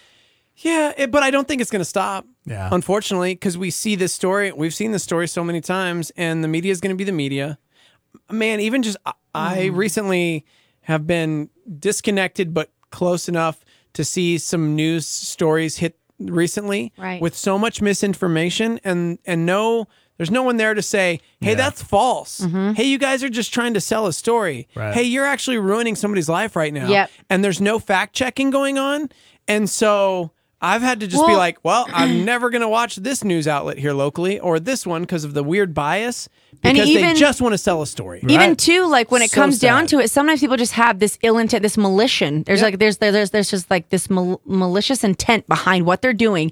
Speaker 5: Yeah, it, but I don't think it's going to stop.
Speaker 2: Yeah.
Speaker 5: Unfortunately, because we see this story, we've seen this story so many times, and the media is going to be the media. Man, even just I, I recently have been disconnected, but close enough to see some news stories hit recently
Speaker 13: Right.
Speaker 5: with so much misinformation and and no there's no one there to say hey that's false
Speaker 13: Mm-hmm.
Speaker 5: hey you guys are just trying to sell a story
Speaker 13: Right.
Speaker 5: hey you're actually ruining somebody's life right now now.
Speaker 13: Yep.
Speaker 5: And there's no fact checking going on. And so I've had to just be
Speaker 13: Well-
Speaker 5: like, well, I'm never going to watch this news outlet here locally or this one because of the weird bias
Speaker 4: And
Speaker 5: because they
Speaker 4: even-
Speaker 5: just want to sell a story.
Speaker 4: Even too, like when it
Speaker 5: So
Speaker 4: comes down
Speaker 5: sad.
Speaker 4: to it, sometimes people just have this ill intent, this malicious. There's like there's there- there's there's just like this mal- malicious intent behind what they're doing.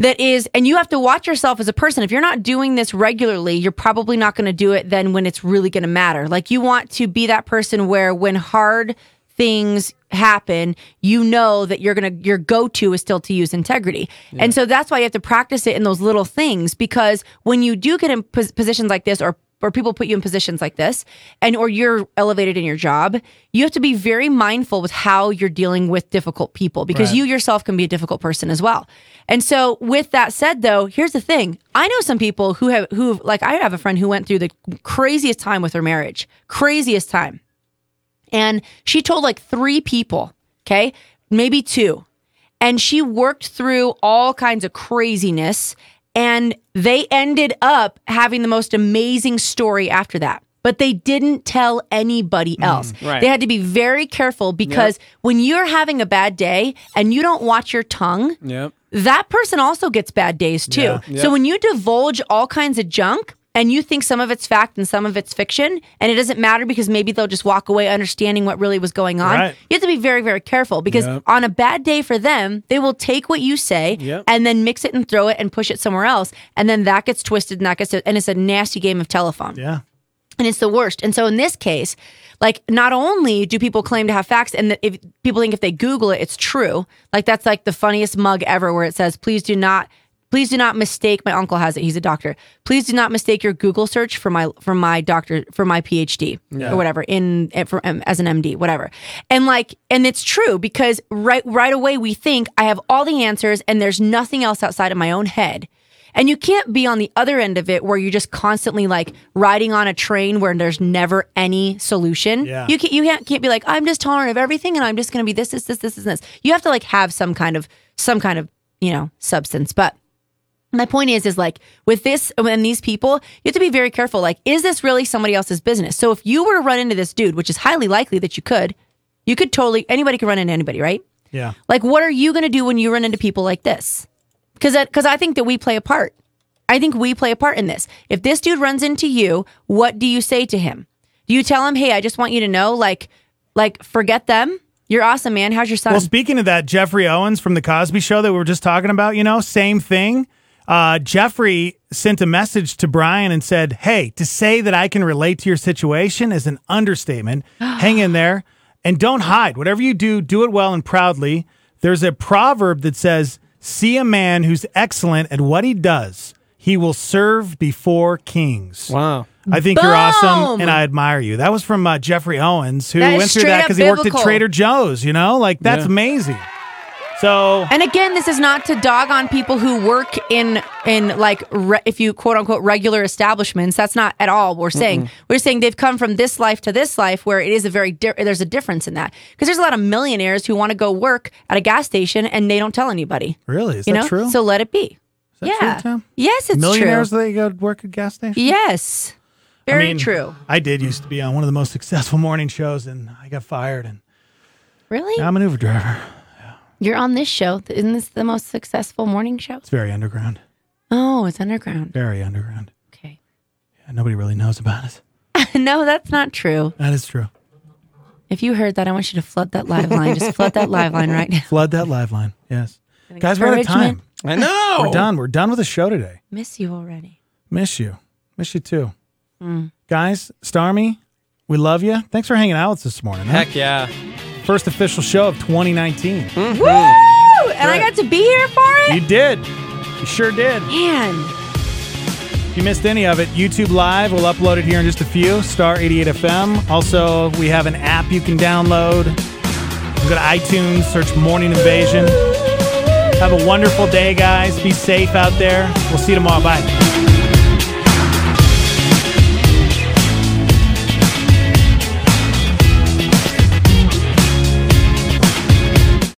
Speaker 4: That is, and you have to watch yourself as a person. If you're not doing this regularly, you're probably not going to do it then when it's really going to matter. Like you want to be that person where when hard things happen, you know that you're gonna your go to is still to use integrity, and so that's why you have to practice it in those little things because when you do get in pos- positions like this or or people put you in positions like this and or you're elevated in your job you have to be very mindful with how you're dealing with difficult people because
Speaker 12: Right.
Speaker 4: you yourself can be a difficult person as well and so with that said though here's the thing i know some people who have who like i have a friend who went through the craziest time with her marriage craziest time and she told like three people, okay, maybe two. And she worked through all kinds of craziness. And they ended up having the most amazing story after that. But they didn't tell anybody else.
Speaker 12: right.
Speaker 4: They had to be very careful because when you're having a bad day and you don't watch your tongue,
Speaker 5: Yep.
Speaker 4: that person also gets bad days too.
Speaker 12: Yeah. Yeah.
Speaker 4: So when you divulge all kinds of junk and you think some of it's fact and some of it's fiction, and it doesn't matter because maybe they'll just walk away understanding what really was going on,
Speaker 12: Right.
Speaker 4: you have to be very, very careful because
Speaker 12: Yep.
Speaker 4: on a bad day for them, they will take what you say
Speaker 12: Yep.
Speaker 4: and then mix it and throw it and push it somewhere else. And then that gets twisted and that gets, and it's a nasty game of telephone.
Speaker 2: Yeah.
Speaker 4: And it's the worst. And so in this case, like not only do people claim to have facts and that if people think if they Google it, it's true. Like that's like the funniest mug ever where it says, please do not please do not mistake my uncle has it, he's a doctor. Please do not mistake your Google search for my for my doctor for my PhD
Speaker 12: Yeah.
Speaker 4: or whatever in for, um, as an MD, whatever. And like and it's true because right right away we think I have all the answers and there's nothing else outside of my own head. And you can't be on the other end of it where you're just constantly like riding on a train where there's never any solution.
Speaker 12: Yeah.
Speaker 4: You can't you can't, can't be like I'm just tolerant of everything and I'm just going to be this this this this and this. You have to like have some kind of some kind of you know substance. But my point is, is like with this and these people, you have to be very careful. Like, is this really somebody else's business? So if you were to run into this dude, which is highly likely that you could, you could totally anybody could run into anybody, right?
Speaker 2: Yeah.
Speaker 4: Like, what are you going to do when you run into people like this? Because because I think that we play a part. I think we play a part in this. If this dude runs into you, what do you say to him? Do you tell him, "Hey, I just want you to know, like, like forget them. You're awesome, man. How's your son?"
Speaker 2: Well, speaking of that, Jeffrey Owens from The Cosby Show that we were just talking about, you know, same thing. Uh, Jeffrey sent a message to Brian and said, Hey, to say that I can relate to your situation is an understatement. Hang in there and don't hide. Whatever you do, do it well and proudly. There's a proverb that says, See a man who's excellent at what he does, he will serve before kings.
Speaker 5: Wow.
Speaker 2: I think you're awesome
Speaker 4: Boom.
Speaker 2: and I admire you. That was from uh, Jeffrey Owens, who
Speaker 4: That is
Speaker 2: went through
Speaker 4: straight
Speaker 2: that
Speaker 4: up
Speaker 2: because he worked at
Speaker 4: biblical.
Speaker 2: Trader Joe's, you know? Like, that's
Speaker 4: Yeah.
Speaker 2: amazing. So,
Speaker 4: And again, this is not to dog on people who work in in like re, if you quote unquote regular establishments. That's not at all what we're saying.
Speaker 12: Mm-mm.
Speaker 4: We're saying they've come from this life to this life where it is a very di- there's a difference in that because there's a lot of millionaires who want to go work at a gas station and they don't tell anybody.
Speaker 2: Really? Is
Speaker 4: you
Speaker 2: that
Speaker 4: know?
Speaker 2: true?
Speaker 4: So let it be.
Speaker 2: that
Speaker 4: yeah.
Speaker 2: true, Tam?
Speaker 4: Yes, it's
Speaker 2: millionaires
Speaker 4: true.
Speaker 2: they go work at gas stations.
Speaker 4: Yes.
Speaker 2: I
Speaker 4: Very
Speaker 2: mean,
Speaker 4: true.
Speaker 2: I did used to be on one of the most successful morning shows, and I got fired. And
Speaker 4: Really?
Speaker 2: now I'm an Uber driver.
Speaker 4: You're on this show. Isn't this the most successful morning show?
Speaker 2: It's very underground,
Speaker 4: Oh, it's underground.
Speaker 2: very underground.
Speaker 4: Okay.
Speaker 2: Yeah, nobody really knows about it.
Speaker 4: no, that's not true.
Speaker 2: That is true.
Speaker 4: If you heard that, I want you to flood that live line. Just flood that live line right now.
Speaker 2: Flood that live line. Yes, guys, we're out of time.
Speaker 4: encouragement.
Speaker 5: I know.
Speaker 2: We're done. We're done with the show today.
Speaker 4: Miss you already.
Speaker 2: Miss you. Miss you too, guys. Starmy, we love you. Thanks for hanging out with us this morning. huh?
Speaker 5: Heck yeah.
Speaker 2: First official show of 2019.
Speaker 4: Woo! And I got to be here for it.
Speaker 2: You did. You sure did.
Speaker 4: Man.
Speaker 2: If you missed any of it, YouTube Live, we'll upload it here in just a few, Star 88 FM. Also, we have an app you can download. Go to iTunes, search Morning Invasion. Have a wonderful day, guys. Be safe out there. We'll see you tomorrow. Bye.